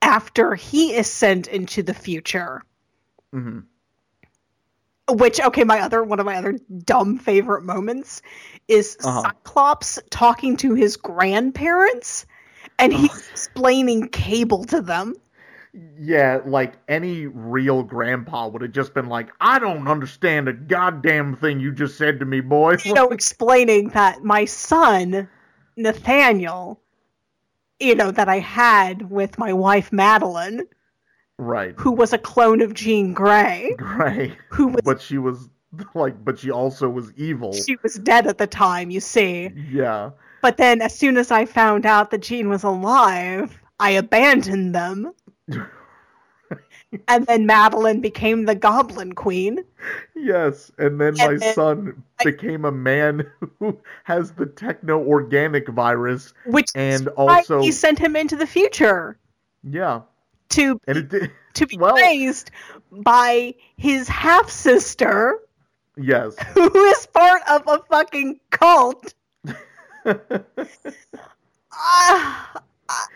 C: after he is sent into the future.
B: hmm
C: Which okay, my other one of my other dumb favorite moments is
B: Uh-huh.
C: Cyclops talking to his grandparents, and he's explaining cable to them.
B: Yeah, like any real grandpa would have just been like, I don't understand a goddamn thing you just said to me, boy.
C: You know, explaining that my son Nathaniel, you know, that I had with my wife Madeline,
B: right.
C: who was a clone of Jean Grey,
B: Right.
C: who was
B: But she was like but she also was evil.
C: she was dead at the time, you see.
B: Yeah.
C: But then, as soon as I found out that Jean was alive, I abandoned them. and then Madeline became the Goblin Queen.
B: Yes. And then my
C: And then-
B: son became a man who has the techno organic virus
C: Which
B: and
C: is why
B: also
C: he sent him into the future.
B: Yeah.
C: to
B: And it did.
C: to be
B: Well-
C: raised by his half sister,
B: Yes.
C: who is part of a fucking cult. Ah, ah.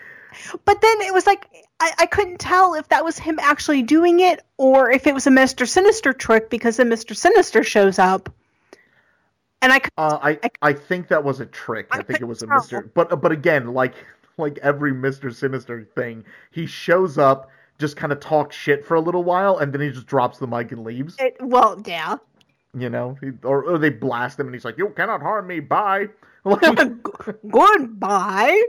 C: but then it was like I, I couldn't tell if that was him actually doing it or if it was a Mister Sinister trick because then Mister Sinister shows up, and I could,
B: Uh, I I think that was a trick. I,
C: I
B: think it was a
C: couldn't
B: Mister. But but again, like like every Mister Sinister thing, he shows up, just kind of talks shit for a little while, and then he just drops the mic and leaves.
C: it, well, yeah,
B: You know, he, or, or they blast him, and he's like, "You cannot harm me." Bye. Like,
C: goodbye.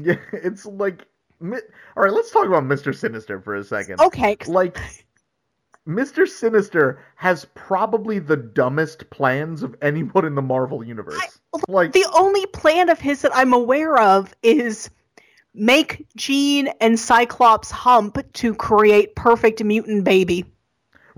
B: yeah, it's like, mi- all right, let's talk about Mister Sinister for a second.
C: Okay, 'cause
B: Like, Mister Sinister has probably the dumbest plans of anyone in the Marvel universe. like,
C: the only plan of his that I'm aware of is make Jean and Cyclops hump to create perfect mutant baby.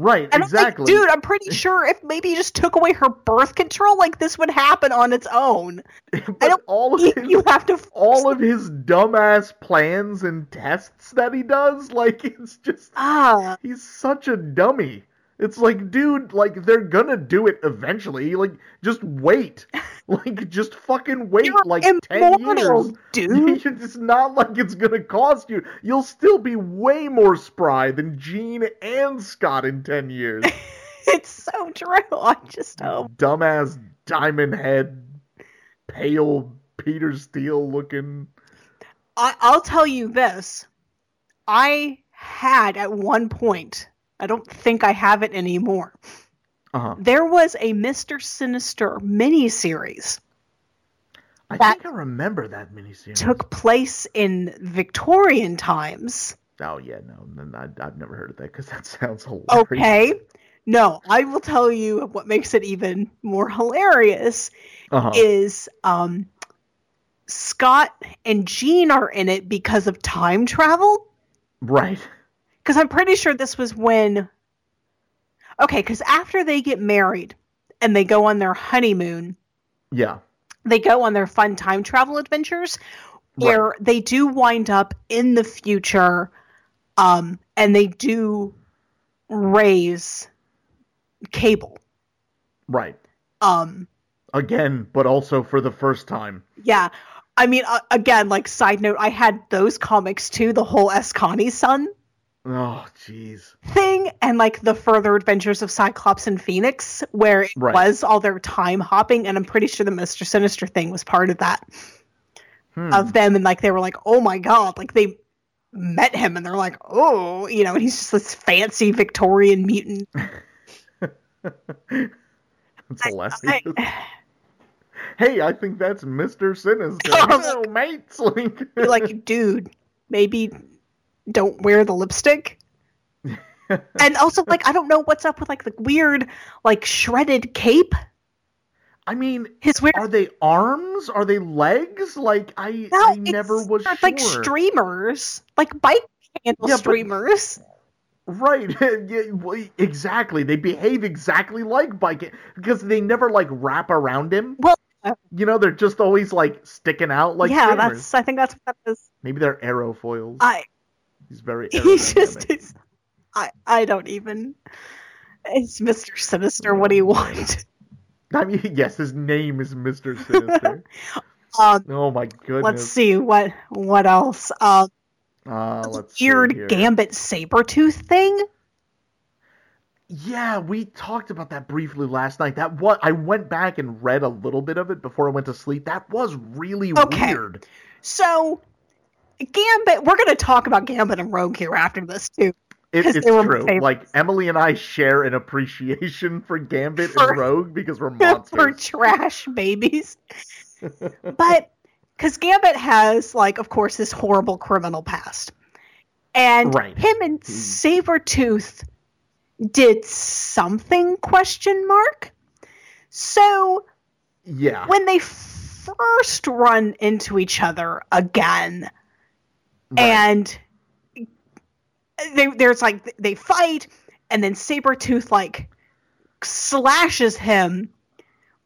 B: right,
C: And
B: exactly.
C: I'm like, dude, I'm pretty sure if maybe you just took away her birth control, like this would happen on its own.
B: But
C: don't
B: all of
C: You,
B: his,
C: you have to.
B: all of his dumbass plans and tests that he does, like it's just
C: Ah,
B: he's such a dummy. It's like, dude, like they're gonna do it eventually. Like, just wait. Like, just fucking wait.
C: you're
B: like ten
C: immortal,
B: years.
C: dude.
B: It's not like it's gonna cost you. You'll still be way more spry than Gene and Scott in ten years.
C: it's so true. I just um, hope.
B: Dumbass diamond head, pale Peter Steele looking.
C: I, I'll tell you this. I had at one point. I don't think I have it anymore.
B: Uh huh.
C: There was a Mister Sinister miniseries
B: I
C: That-
B: think I remember that miniseries.
C: took place in Victorian times.
B: Oh yeah, no, then I, I've never heard of that because that sounds hilarious.
C: Okay. No, I will tell you what makes it even more hilarious
B: Uh-huh.
C: is um, Scott and Jean are in it because of time travel.
B: right.
C: Because I'm pretty sure this was when. Okay, because after they get married and they go on their honeymoon,
B: Yeah.
C: they go on their fun time travel adventures where they do wind up in the future um, and they do raise cable.
B: Right.
C: Um,
B: Again, but also for the first time.
C: yeah. I mean, uh, again, like side note, I had those comics too, the whole Escani Sun
B: Oh, jeez.
C: thing, and like the further adventures of Cyclops and Phoenix, where it
B: Right.
C: was all their time hopping, and I'm pretty sure the Mister Sinister thing was part of that
B: Hmm.
C: of them, and like they were like, oh my god, like they met him, and they're like, oh, you know, and he's just this fancy Victorian mutant.
B: That's hilarious.
C: I-
B: hey, I think that's Mister Sinister.
C: Oh,
B: oh, mates. Like,
C: Be like, dude, maybe don't wear the lipstick. and also, like, I don't know what's up with like the weird, like shredded cape.
B: I mean,
C: His weird.
B: are they arms? Are they legs? Like, I,
C: No,
B: I never
C: it's-
B: was
C: it's like
B: sure.
C: streamers, like bike handle
B: Yeah, but-
C: streamers.
B: Right. Yeah, well, exactly. They behave exactly like bike because they never like wrap around him.
C: Well, uh,
B: you know, they're just always like sticking out like
C: yeah,
B: streamers.
C: that's. I think that's what that is.
B: Maybe they're aerofoils.
C: I
B: He's very
C: he just
B: aerodynamic.
C: is. I I don't even. It's Mister Sinister. What
B: Oh,
C: do you want?
B: I mean, yes, his name is Mr. Sinister.
C: Um,
B: oh my goodness.
C: let's see what what else. Um,
B: Uh, let's see here.
C: weird Gambit saber tooth thing.
B: Yeah, we talked about that briefly last night. That what I went back and read a little bit of it before I went to sleep. That was really
C: Okay.
B: weird.
C: So. Gambit, we're going to talk about Gambit and Rogue here after this too.
B: It,
C: 'Cause
B: it's
C: they were my
B: true.
C: favorites.
B: Like Emily and I share an appreciation for Gambit
C: For-
B: and Rogue because we're
C: for
B: monsters.
C: trash babies. but because Gambit has, like, of course, this horrible criminal past. And
B: Right.
C: him and Sabretooth did something question mark. So
B: yeah,
C: when they first run into each other again,
B: right.
C: and they, there's like they fight and then sabretooth like slashes him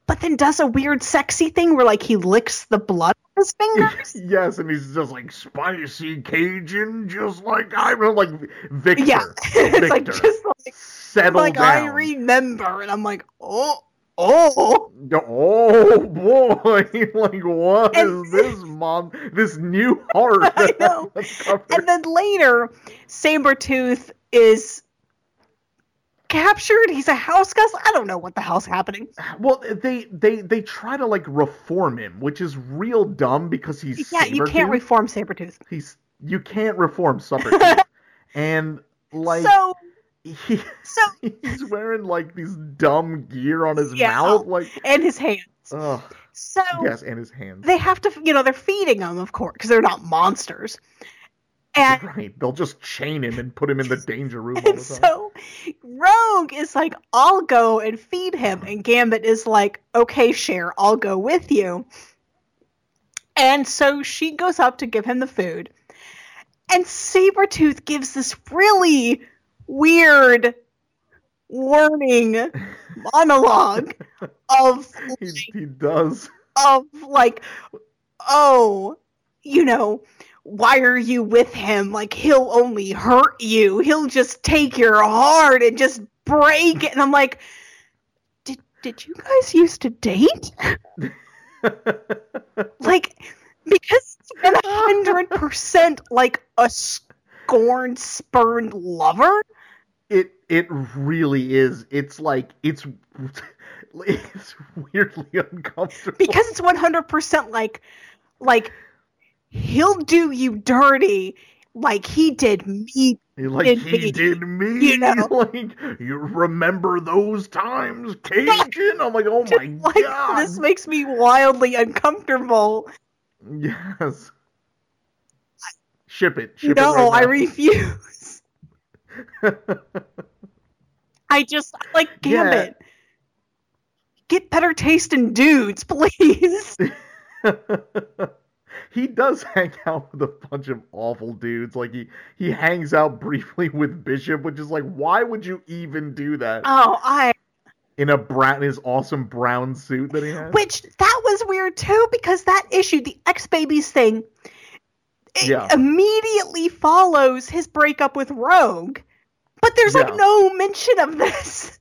C: but then does a weird sexy thing where like he licks the blood on his fingers.
B: yes, and he's just like spicy Cajun, just like I was like Victor.
C: yeah, it's like
B: Victor.
C: just like,
B: settle
C: like I
B: down.
C: remember, and I'm like, oh, oh,
B: Oh boy! like what is
C: And-
B: this, mom? This new heart.
C: I know.
B: that's covered-
C: and then later, Sabretooth is captured. He's a house guest. I don't know what the hell's happening.
B: well, they they they try to like reform him, which is real dumb because he's
C: Yeah, you can't
B: Sabretooth.
C: reform Sabretooth.
B: he's you can't reform Sabretooth. and like
C: so,
B: he,
C: so,
B: he's wearing like these dumb gear on his
C: Yeah.
B: mouth, like
C: and his hands.
B: oh
C: So,
B: yes, and his hands.
C: they have to, you know, they're feeding him, of course, because they're not monsters. And,
B: right, they'll just chain him and put him in the danger room. All
C: and
B: the time.
C: so Rogue is like, I'll go and feed him. And Gambit is like, okay, Cher, I'll go with you. And so she goes up to give him the food. And Sabretooth gives this really weird warning monologue of
B: he, he does.
C: of like, oh, you know, why are you with him? Like, he'll only hurt you. He'll just take your heart and just break it. And I'm like, did did you guys used to date? Like, because it's been a hundred percent like a scorned, spurned lover.
B: It it really is. It's like it's it's weirdly uncomfortable.
C: because it's 100% like like he'll do you dirty like he did me
B: You're like
C: did
B: he
C: me,
B: did me.
C: you know?
B: Like you remember those times, Cajun? I'm like, oh my
C: like
B: god.
C: this makes me wildly uncomfortable
B: Yes. Ship it. Ship
C: no
B: it right
C: i
B: now.
C: refuse i just I'm like
B: Yeah.
C: gambit get better taste in dudes please
B: he does hang out with a bunch of awful dudes. Like he he hangs out briefly with Bishop, which is like, why would you even do that
C: oh i
B: in a brown his awesome brown suit that he has?
C: which that was weird too because that issue the ex-babies thing it
B: Yeah.
C: immediately follows his breakup with rogue but there's
B: Yeah.
C: like no mention of this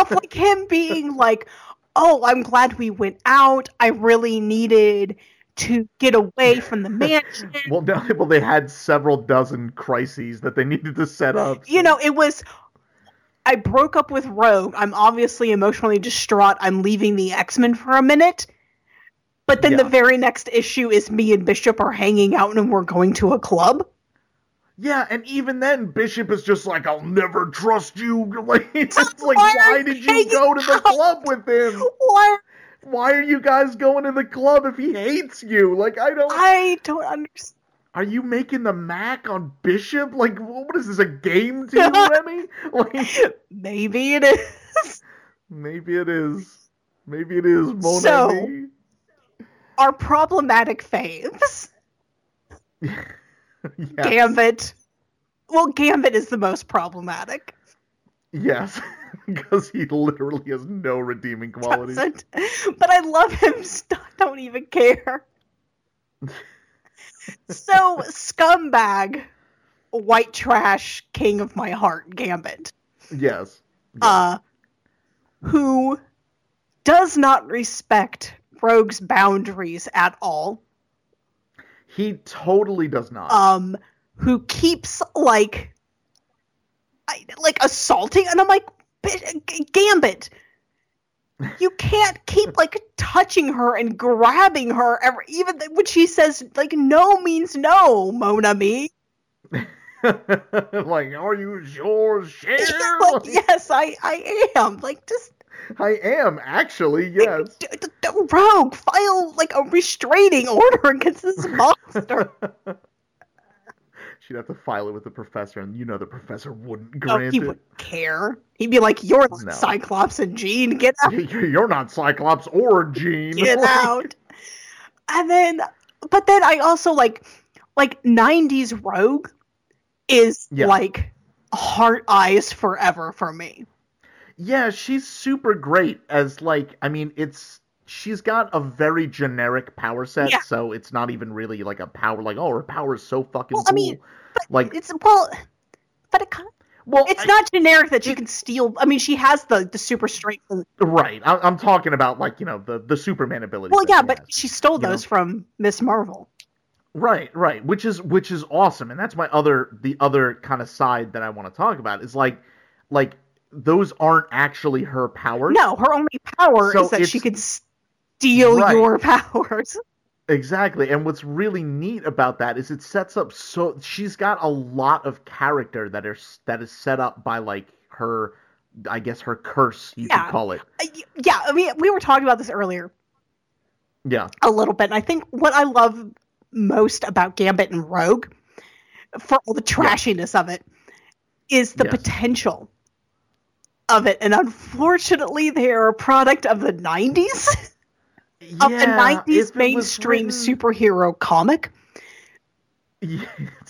C: of like him being like oh i'm glad we went out i really needed to get away from the mansion
B: Well, no, well, they had several dozen crises that they needed to set up.
C: you know it was i broke up with rogue i'm obviously emotionally distraught i'm leaving the x-men for a minute but then the
B: Yeah.
C: very next issue is me and bishop are hanging out and we're going to a club
B: Yeah, and even then, Bishop is just like, "I'll never trust you." Like, it's like,
C: why
B: why
C: are
B: did
C: you
B: you go to the
C: hanging
B: club with him?
C: why
B: Why are you guys going to the club if he hates you? Like, I don't.
C: i don't understand
B: Are you making the Mac on Bishop? Like, wh- what is this, a game to you, Remy? Like,
C: maybe it is
B: maybe it is. Maybe it is, Mon
C: So-
B: ami.
C: our problematic faves
B: Yes.
C: gambit well gambit is the most problematic
B: Yes. Because he literally has no redeeming qualities.
C: doesn't. But I love him. St- don't even care. so scumbag, white trash, king of my heart, Gambit,
B: Yes.
C: uh, who does not respect Rogue's boundaries at all.
B: He totally does not.
C: Um, who keeps like, I, like assaulting, and I'm like, "Bi- G- Gambit. You can't keep like touching her and grabbing her ever, even th- when she says like no means no, Mona me. Uh.
B: like, are you sure, Cher?
C: like, yes, I I am. Like just
B: I am, actually, yes.
C: d- d- d- rogue file like a restraining order against this monster.
B: She'd have to file it with the professor, and you know the professor wouldn't
C: no,
B: grant
C: Oh, he
B: it.
C: wouldn't care. He'd be like, "You're like
B: No.
C: Cyclops and Jean, get out."
B: You're not Cyclops or Jean.
C: get
B: Like,
C: out. And then, but then I also like, like '90s Rogue is
B: Yeah.
C: like heart eyes forever for me.
B: Yeah, she's super great as like I mean it's she's got a very generic power set,
C: Yeah.
B: so it's not even really like a power like oh her power is so fucking
C: Well, I
B: cool.
C: mean,
B: like
C: It's well, but it, kind-
B: well
C: it's
B: I-
C: not generic that she can steal. I mean, she has the the super strength. and-
B: right. I, I'm talking about like you know the the Superman ability.
C: Well, yeah, but she stole
B: You know?
C: those from Miss Marvel.
B: Right, right, which is which is awesome, and that's my other the other kind of side that I want to talk about is like like those aren't actually her powers.
C: No, her only power
B: So
C: is that she
B: it's-
C: can steal
B: Right.
C: your powers.
B: Exactly. And what's really neat about that is it sets up so she's got a lot of character that are that is set up by like her I guess her curse you
C: Yeah.
B: could call it.
C: I- Uh, yeah, I mean, we were talking about this earlier
B: Yeah.
C: a little bit, and I think what I love most about Gambit and Rogue, for all the trashiness of it, is the
B: Yes.
C: potential of it. And unfortunately, they are a product of the 90s, of the 90s mainstream superhero comic.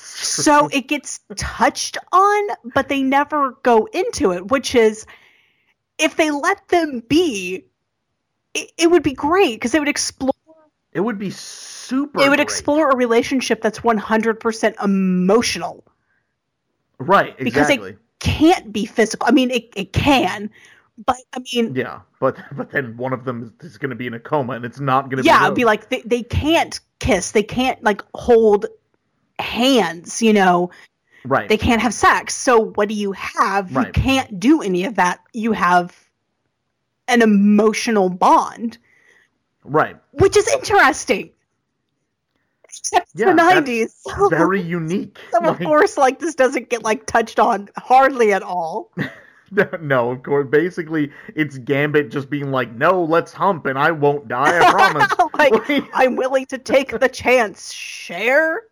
C: So it gets touched on, but they never go into it, which is if they let them be, it, it would be great because it would explore
B: it would be super
C: it would
B: great.
C: explore a relationship that's 100% emotional.
B: Right,
C: because it-
B: exactly.
C: Can't be physical. I mean, it, it can, but I mean,
B: Yeah, but but then one of them is, going to be in a coma and it's not going to
C: yeah,
B: be
C: it'd be like they, they can't kiss, they can't like hold hands, you know,
B: Right.
C: they can't have sex. So what do you have? You
B: Right.
C: can't do any of that. You have an emotional bond,
B: Right.
C: which is interesting. Except it's
B: Yeah,
C: the
B: that's
C: nineties. So,
B: Very unique.
C: so of
B: Like-
C: course like this doesn't get like touched on hardly at all.
B: No, of course. Basically, it's Gambit just being like, "No, let's hump, and I won't die. I promise."
C: like
B: Like-
C: I'm willing to take the chance, share.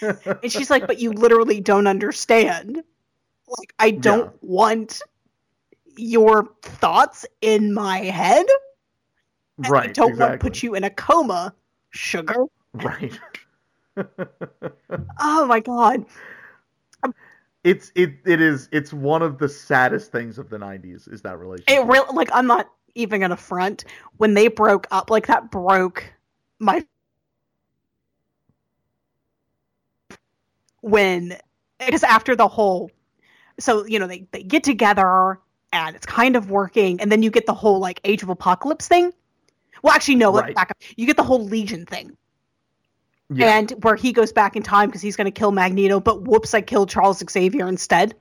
C: And she's like, but you literally don't understand. Like I don't
B: Yeah.
C: want your thoughts in my head. and
B: right.
C: I don't want to
B: exactly.
C: put you in a coma, sugar.
B: Right.
C: Oh my god.
B: It's it it is it's one of the saddest things of the '90s is that relationship.
C: It really like I'm not even gonna front. When they broke up, like that broke my when because after the whole so you know they, they get together and it's kind of working and then you get the whole like age of apocalypse thing well actually no let's
B: Right.
C: back up you get the whole legion thing
B: yeah.
C: and where he goes back in time because he's going to kill magneto but whoops i killed charles xavier instead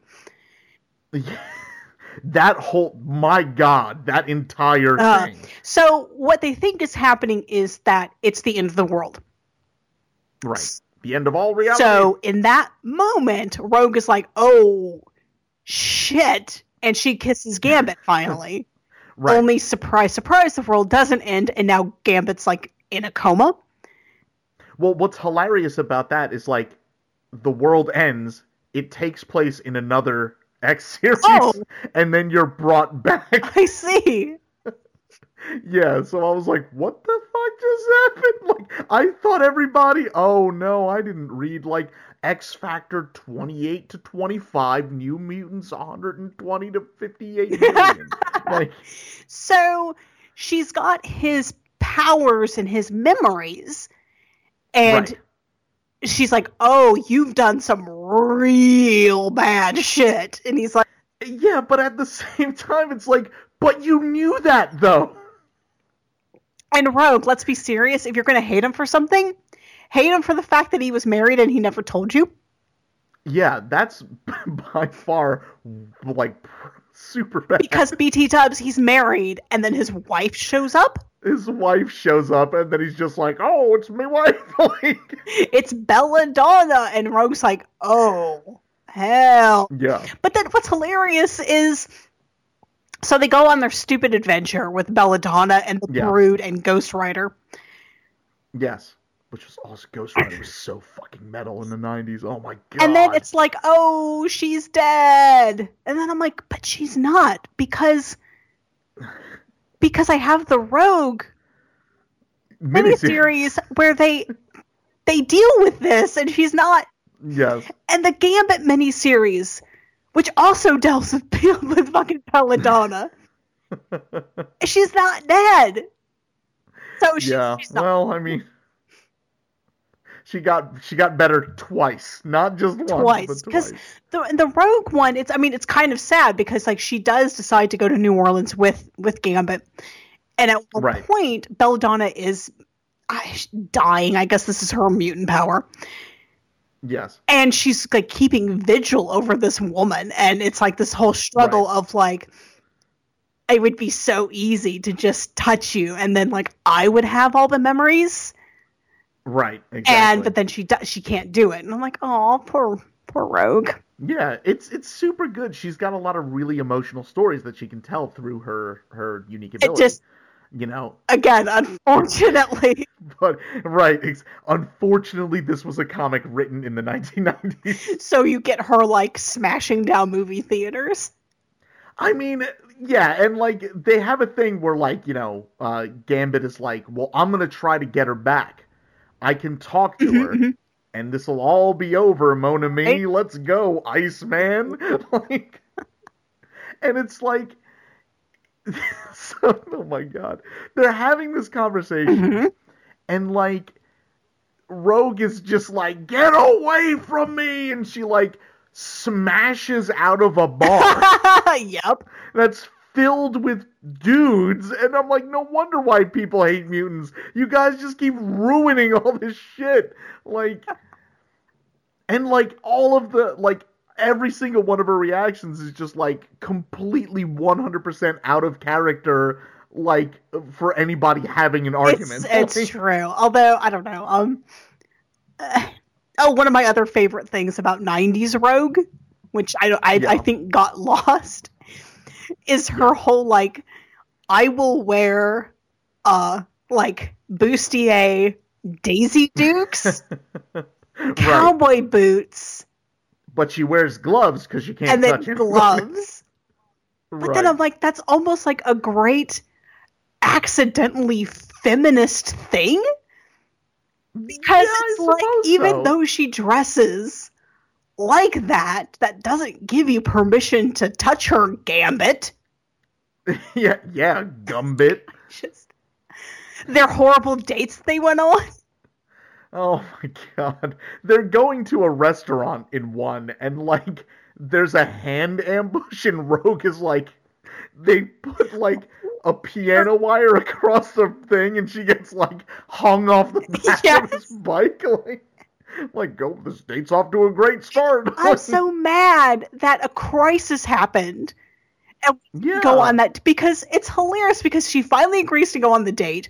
B: that whole my god, that entire
C: Uh,
B: thing.
C: So what they think is happening is that it's the end of the world.
B: Right. The end of all reality.
C: So in that moment, Rogue is like, "Oh shit." And she kisses Gambit finally.
B: right.
C: Only surprise surprise the world doesn't end and now Gambit's like in a coma.
B: Well, what's hilarious about that is like the world ends, it takes place in another X series,
C: Oh.
B: and then you're brought back.
C: I see.
B: yeah, so I was like, what the fuck just happened? Like, I thought everybody, oh no, I didn't read like X Factor 28 to 25, New Mutants 120 to 58 million. like,
C: So she's got his powers and his memories and
B: right.
C: she's like, "Oh, you've done some real bad shit." And he's like
B: Yeah, but at the same time, it's like, but you knew that though.
C: And Rogue, let's be serious. If you're going to hate him for something, hate him for the fact that he was married and he never told you.
B: Yeah, that's by far like super bad.
C: Because BT Tubbs, he's married, and then his wife shows up.
B: His wife shows up and then he's just like, "Oh, it's my wife." like,
C: It's Belladonna, and Rogue's like, oh, hell.
B: yeah.
C: But then what's hilarious is so they go on their stupid adventure with Belladonna and the
B: Yeah.
C: Brood and Ghost Rider.
B: Yes. Which was also Ghost Rider was so fucking metal in the 90s. Oh my god.
C: And then it's like, oh, she's dead. And then I'm like, but she's not because because I have the rogue miniseries where they they deal with this and she's not
B: Yes.
C: and the Gambit miniseries which also deals with, with fucking Belladonna. she's not dead. So she's,
B: yeah.
C: she's not.
B: Well, I mean, she got she got better twice, not just once,
C: Twice,
B: but
C: 'cause
B: twice.
C: the the rogue one it's i mean it's kind of sad because like she does decide to go to new orleans with with gambit and at one
B: Right.
C: point belladonna is uh, sh- dying i guess this is her mutant power
B: Yes.
C: and she's like keeping vigil over this woman and it's like this whole struggle of like it would be so easy to just touch you and then like i would have all the memories
B: Right. Exactly.
C: and but then she does she can't do it and i'm like oh poor poor rogue
B: Yeah, it's it's super good. She's got a lot of really emotional stories that she can tell through her her unique ability.
C: just-
B: you know,
C: again unfortunately
B: but right, it's, unfortunately this was a comic written in the 1990s.
C: so you get her like smashing down movie theaters.
B: I mean, yeah, and like they have a thing where like, you know, uh Gambit is like, "Well, I'm going to try to get her back. I can talk to her." And this'll all be over, Mona Me.
C: Right.
B: Let's go, Iceman. like And it's like so, oh my god. They're having this conversation and like Rogue is just like, get away from me, and she like smashes out of a bar
C: yep.
B: that's filled with dudes, and I'm like, no wonder why people hate mutants. You guys just keep ruining all this shit. Like and like all of the like every single one of her reactions is just like completely 100% out of character like for anybody having an argument.
C: It's, it's
B: Like-
C: true. Although I don't know. Um. uh, oh, one of my other favorite things about '90s Rogue, which I don't, I, I
B: Yeah.
C: think got lost, is her whole like, I will wear, uh, like bustier Daisy Dukes
B: right.
C: cowboy boots
B: but she wears gloves because she can't
C: and then
B: touch it.
C: gloves. But then
B: Right.
C: I'm like, that's almost like a great accidentally feminist thing. Because
B: Yeah, I
C: it's
B: suppose
C: like,
B: so.
C: even though she dresses like that, that doesn't give you permission to touch her gambit.
B: yeah, yeah, gumbit.
C: Just their horrible dates they went on.
B: Oh my god, they're going to a restaurant in one, and like there's a hand ambush, and Rogue is like, they put like a piano wire across the thing, and she gets like hung off the back of his bike. Like, like, go, this date's off to a great start.
C: I'm so mad that a crisis happened.
B: yeah.
C: go on that because it's hilarious because she finally agrees to go on the date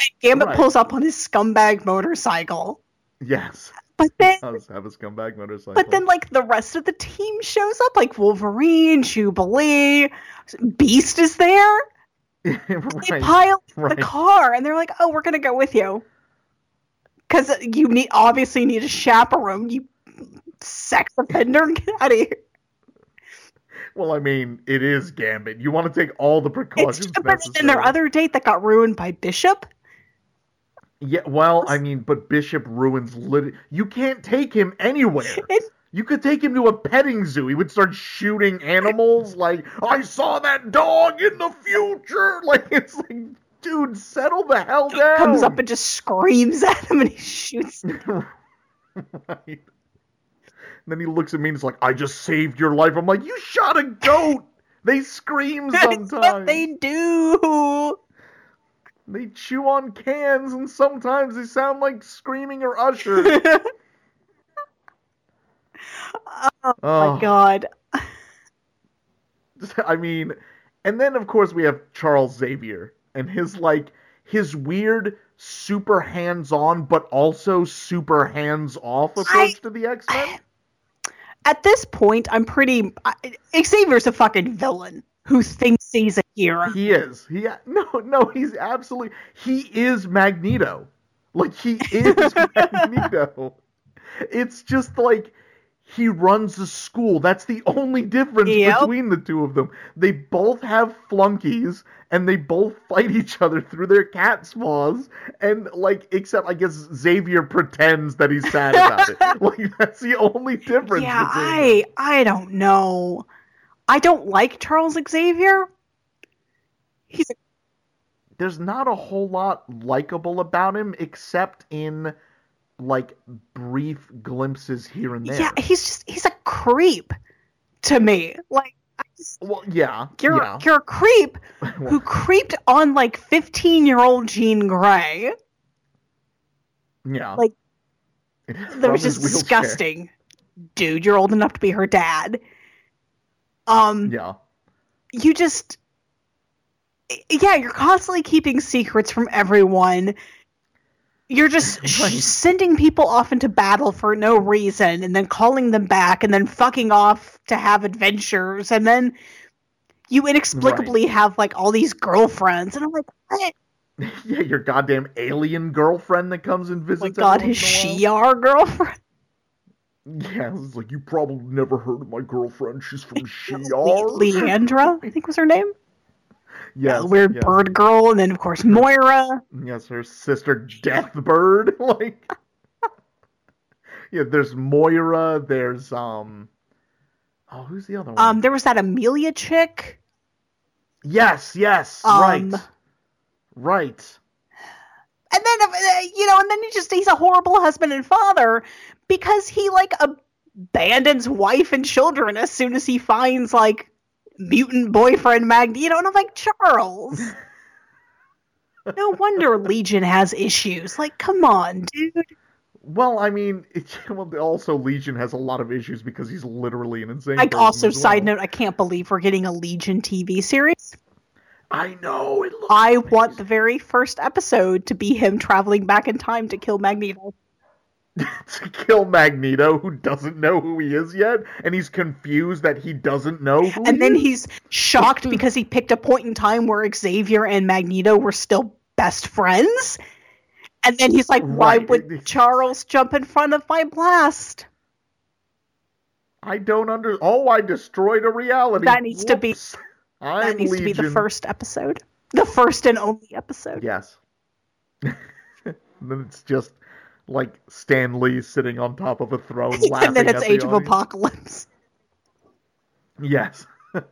C: and Gambit
B: Right.
C: pulls up on his scumbag motorcycle.
B: Yes,
C: But then
B: does have his comeback motorcycle.
C: but then like the rest of the team shows up like Wolverine, Jubilee, Beast is there. They
B: right,
C: pile
B: right.
C: the car and they're like, "Oh, we're going to go with you." Cuz you need obviously need a chaperone. You sex offender, get out of here.
B: Well, I mean, it is Gambit. You want to take all the
C: It's
B: precautions
C: different
B: necessary.
C: than their other date that got ruined by Bishop.
B: Yeah, well, I mean, but Bishop ruins lit. You can't take him anywhere.
C: It-
B: You could take him to a petting zoo. He would start shooting animals. Like, I saw that dog in the future. Like, it's like, dude, settle the hell down.
C: comes up and just screams at him and he shoots him.
B: right. And then he looks at me and he's like, "I just saved your life." I'm like, "You shot a goat." They scream
C: That's
B: sometimes.
C: what they do. Oh
B: They chew on cans and sometimes they sound like screaming or usher. oh,
C: My God.
B: I mean, and then of course we have Charles Xavier and his like his weird super hands-on but also super hands-off approach to the X-Men.
C: At this point, I'm pretty. I, Xavier's a fucking villain who thinks he's a hero.
B: He is. He no, no, he's absolutely he is Magneto. Like he is Magneto. It's just like He runs the school. That's the only difference
C: Yep.
B: between the two of them. They both have flunkies and they both fight each other through their cat's paws. And like, except I guess Xavier pretends that he's sad about it. Like that's the only difference.
C: yeah,
B: between them.
C: I I don't know. I don't like Charles Xavier. He's a,
B: there's not a whole lot likable about him except in like brief glimpses here and there.
C: yeah, he's just he's a creep to me. Like I just
B: Well, yeah.
C: you're
B: yeah.
C: you're a creep who creeped on like 15 year old Jean Grey.
B: yeah.
C: like,
B: It is
C: That
B: from his
C: was just
B: wheelchair.
C: disgusting. Dude, you're old enough to be her dad. Um,
B: Yeah.
C: you just, yeah, you're constantly keeping secrets from everyone. You're just
B: Right.
C: sh- sending people off into battle for no reason, and then calling them back, and then fucking off to have adventures, and then you inexplicably have like all these girlfriends, and I'm like, "Oh what?
B: Yeah, your goddamn alien girlfriend that comes and
C: Oh my
B: visits.
C: god,
B: every
C: is
B: once in a
C: she our girlfriend?
B: while. Yeah, it's like you probably never heard of my girlfriend. She's from Shiar.
C: Le- Leandra, I think was her name.
B: yes,
C: uh, weird
B: yes.
C: bird girl, and then of course Moira.
B: Yes, her sister Deathbird. like, yeah, there's Moira. There's um, oh, who's the other one?
C: Um, there was that Amelia chick.
B: yes, yes,
C: um,
B: right, right.
C: And then uh, you know, and then he just he's a horrible husband and father because he like abandons wife and children as soon as he finds like mutant boyfriend Mag. You know, and I'm like Charles. no wonder Legion has issues. Like, come on, dude.
B: Well, I mean, it, well, also Legion has a lot of issues because he's literally an insane.
C: Like,
B: person
C: also
B: as well.
C: side note, I can't believe we're getting a Legion TV series.
B: I know it. Looks
C: I
B: amazing.
C: want the very first episode to be him traveling back in time to kill Magneto.
B: to kill Magneto, who doesn't know who he is yet, and he's confused that he doesn't know who.
C: And
B: he
C: then
B: is.
C: he's
B: Mm-hmm.
C: shocked because he picked a point in time where Xavier and Magneto were still best friends. And then he's like, why
B: Right.
C: would Charles jump in front of my blast?
B: I don't under. Oh, I destroyed a reality.
C: That needs to be-
B: Whoops. I'm
C: That needs to be the
B: Legion.
C: first episode. The first and only episode.
B: Yes. And then it's just like Stan Lee sitting on top of a throne laughing
C: and then it's
B: at the
C: Age of
B: audience.
C: Apocalypse.
B: Yes. oh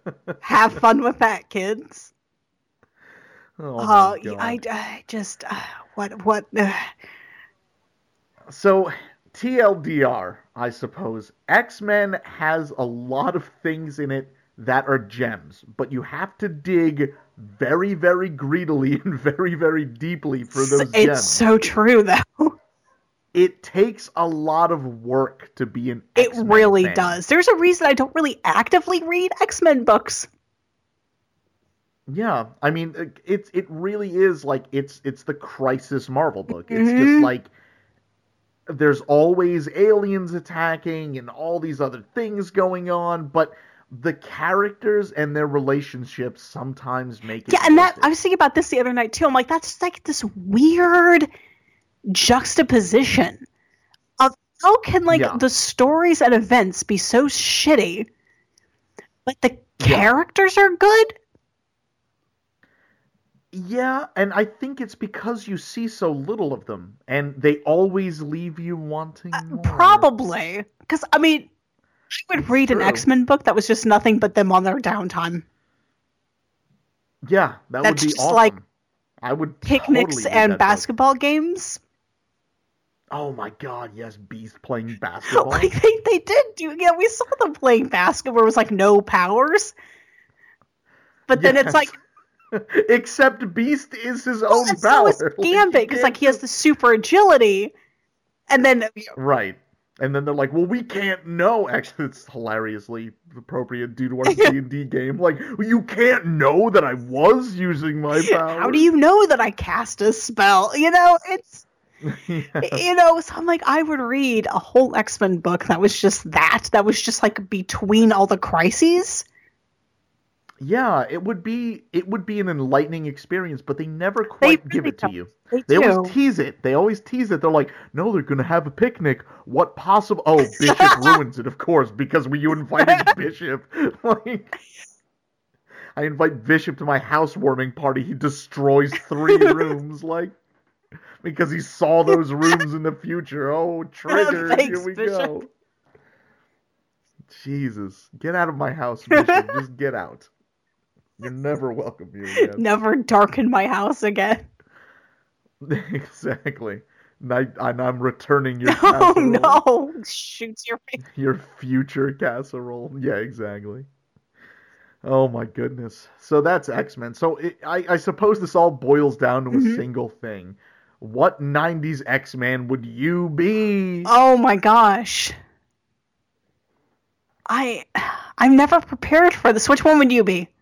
C: Have fun with that, kids.
B: my
C: Oh,
B: God.
C: I, I just, uh, what, what, uh,
B: So, TLDR, I suppose. X Men has a lot of things in it that are gems, but you have to dig very, very greedily and very, very deeply for those
C: it's
B: gems.
C: so true though.
B: It takes a lot of work to be an
C: It
B: X-Men
C: really
B: fan.
C: does. There's a reason I don't really actively read X Men books.
B: Yeah, I mean, it- it's it really is like it's it's the crisis Marvel book. It's
C: Mhm.
B: just like there's always aliens attacking and all these other things going on, but the characters and their relationships sometimes make it.
C: Yeah, and
B: worth
C: that
B: it.
C: I was thinking about this the other night too. I'm like, that's just like this weird juxtaposition of how can like
B: Yeah.
C: the stories and events be so shitty, but the characters are good.
B: yeah, and I think it's because you see so little of them, and they always leave you wanting more.
C: Uh, Probably because I mean, I would read an
B: true.
C: X Men book that was just nothing but them on their downtime.
B: Yeah, that would
C: That's
B: be
C: just
B: awesome.
C: like
B: I would
C: Picnics
B: totally read
C: and
B: that book.
C: basketball games.
B: Oh my god, yes, Beast
C: Oh
B: playing basketball.
C: Like they, they did do yeah, we saw them playing basketball where it was like no powers. But then it's like
B: Yes. except Beast is his own
C: and so
B: power.
C: is Gambit because like he has the super agility, and then
B: right. And then they're like, "Well, we can't know." Actually, it's hilariously appropriate due to our D and D game. Like, you can't know that I was using my power.
C: how do you know that I cast a spell? You know, it's you know. So I'm like, I would read a whole X Men book that was just that, that was just like between all the crises.
B: Yeah, it would be it would be an enlightening experience, but they never quite give
C: really
B: it to
C: don't.
B: you.
C: They,
B: They
C: do.
B: always tease it. They always tease it. They're like, no, they're gonna have a picnic. What possible? Oh, Bishop ruins it, of course, because we you invited Bishop. Like, I invite Bishop to my housewarming party. He destroys three rooms, like, because he saw those rooms in the future. Oh, trigger!
C: Thanks,
B: Here we
C: Bishop.
B: go. Jesus, get out of my house, Bishop. Just get out. You're never welcome here again.
C: Never darken my house again.
B: Exactly. And, I, and I'm returning your casserole.
C: Oh no! Shoots your face.
B: Your future casserole. Yeah, exactly. Oh my goodness. So that's X Men. So it, I, I suppose this all boils down to a
C: Mhm.
B: single thing. What 90s X Man would you be?
C: Oh my gosh. I, I'm never prepared for this. Which one would you be?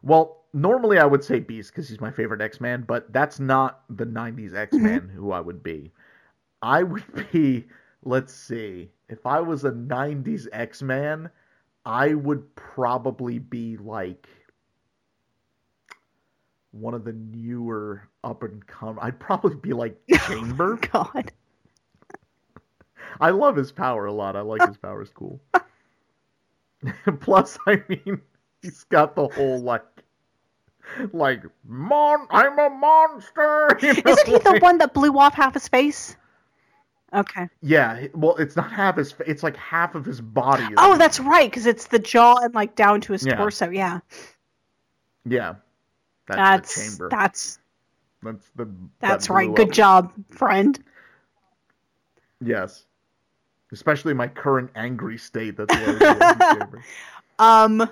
B: Well, normally I would say Beast because he's my favorite X Man, but that's not the 90s X Man who I would be. I would be, let's see, if I was a 90s X Man, I would probably be like one of the newer up and come. I'd probably be like Chamber.
C: God.
B: I love his power a lot. I like his power. It's cool. Plus, I mean, he's got the whole like, like mon. I'm a monster. you know,
C: Isn't he the
B: like-
C: one that blew off half his face? Okay.
B: Yeah. Well, it's not half his. fa- It's like half of his body. is
C: Oh, that's right, because it's the jaw and like down to his
B: Yeah.
C: torso. Yeah,
B: yeah. That's,
C: that's
B: the
C: that's
B: chamber.
C: that's,
B: that's the. that
C: right.
B: blew
C: Good
B: up.
C: job, friend.
B: Yes. Especially my current angry state. That's why I was like the chamber.
C: Um,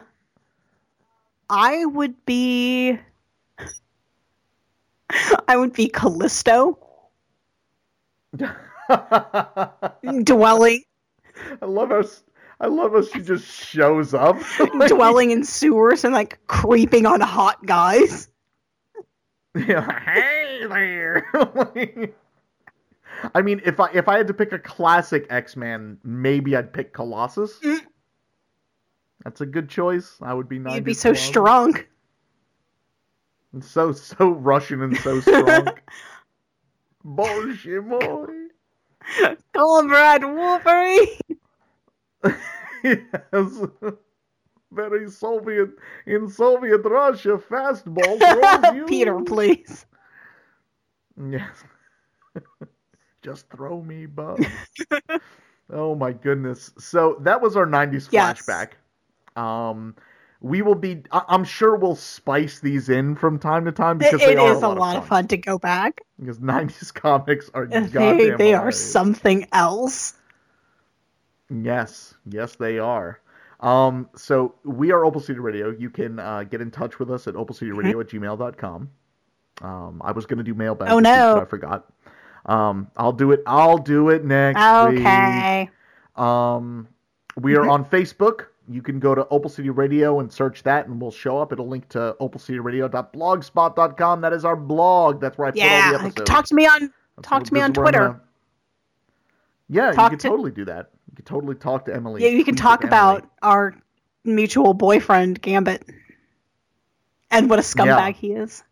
C: I would be, I would be Callisto dwelling
B: I love how. s- I love how she just shows up. Like-
C: dwelling in sewers and like creeping on hot guys.
B: Yeah, hey there. I mean, if I if I had to pick a classic X Man, maybe I'd pick Colossus.
C: Mm.
B: That's a good choice. I would be nice.
C: You'd be so strong.
B: So so Russian and so strong. Bullshit, boy.
C: Comrade Wolverine.
B: yes. Very Soviet in Soviet Russia, fastball throws you.
C: Peter, please.
B: Yes. Just throw me, bub. oh my goodness. So that was our 90s
C: Yes.
B: flashback. Um we will be I- I'm sure we'll spice these in from time to time because
C: It,
B: they
C: it
B: are
C: is a lot of fun to go back.
B: Because 90s comics are goddamn
C: They, they are
B: hilarious.
C: something else.
B: Yes, yes, they are. Um, so we are Opal City Radio. You can uh, get in touch with us at opalcityradio at gmail.com. Um, I was going to do mailbag.
C: Mm-hmm. Oh,
B: this week,
C: no.
B: but I forgot. Um, I'll do it. I'll do it next
C: Okay.
B: week. Um, we are
C: Mhm.
B: on Facebook. You can go to Opal City Radio and search that, and we'll show up. It'll link to opalcityradio.blogspot.com. That is our blog. That's where I put all the
C: Yeah,
B: episodes.
C: talk to me on.
B: That's
C: Talk
B: what-
C: to me
B: this
C: on
B: is where I'm
C: Twitter.
B: gonna- uh, Yeah,
C: Talk
B: you could
C: to-
B: totally do that. You could totally talk to Emily.
C: Yeah, you can
B: tweet at
C: talk
B: Emily.
C: about our mutual boyfriend Gambit and what a scumbag
B: Yeah.
C: he is.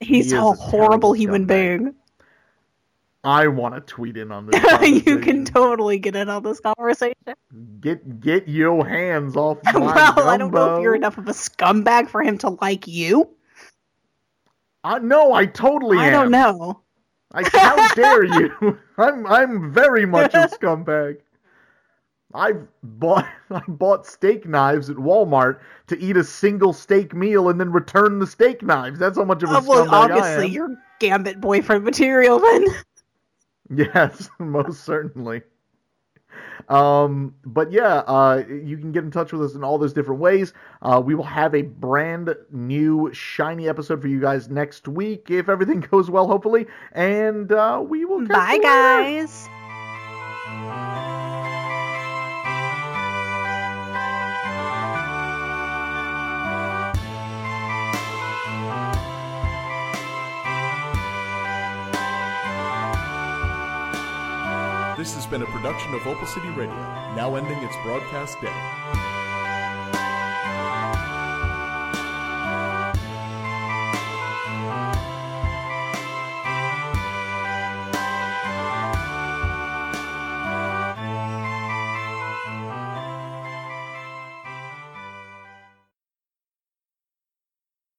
C: He's
B: He is
C: a
B: a terrible
C: horrible human
B: scumbag.
C: being.
B: I want to tweet in on this.
C: you
B: conversation.
C: can totally get in on this conversation.
B: get get your hands off my
C: well, I don't know
B: gumbo.
C: if you're enough of a scumbag for him to like you.
B: I no, I totally
C: I
B: am.
C: don't know.
B: I, how dare you? I'm I'm very much a scumbag. I've bought I bought steak knives at Walmart to eat a single steak meal and then return the steak knives. That's how much of a
C: Uh, well,
B: scumbag I
C: obviously
B: am.
C: you're Gambit boyfriend material then.
B: Yes, most certainly. Um, but yeah, uh, you can get in touch with us in all those different ways. Uh, we will have a brand new shiny episode for you guys next week if everything goes well, hopefully. And uh, we will. catch
C: Bye,
B: you later.
C: guys.
A: This has been a production of Opal City Radio, now ending its broadcast day.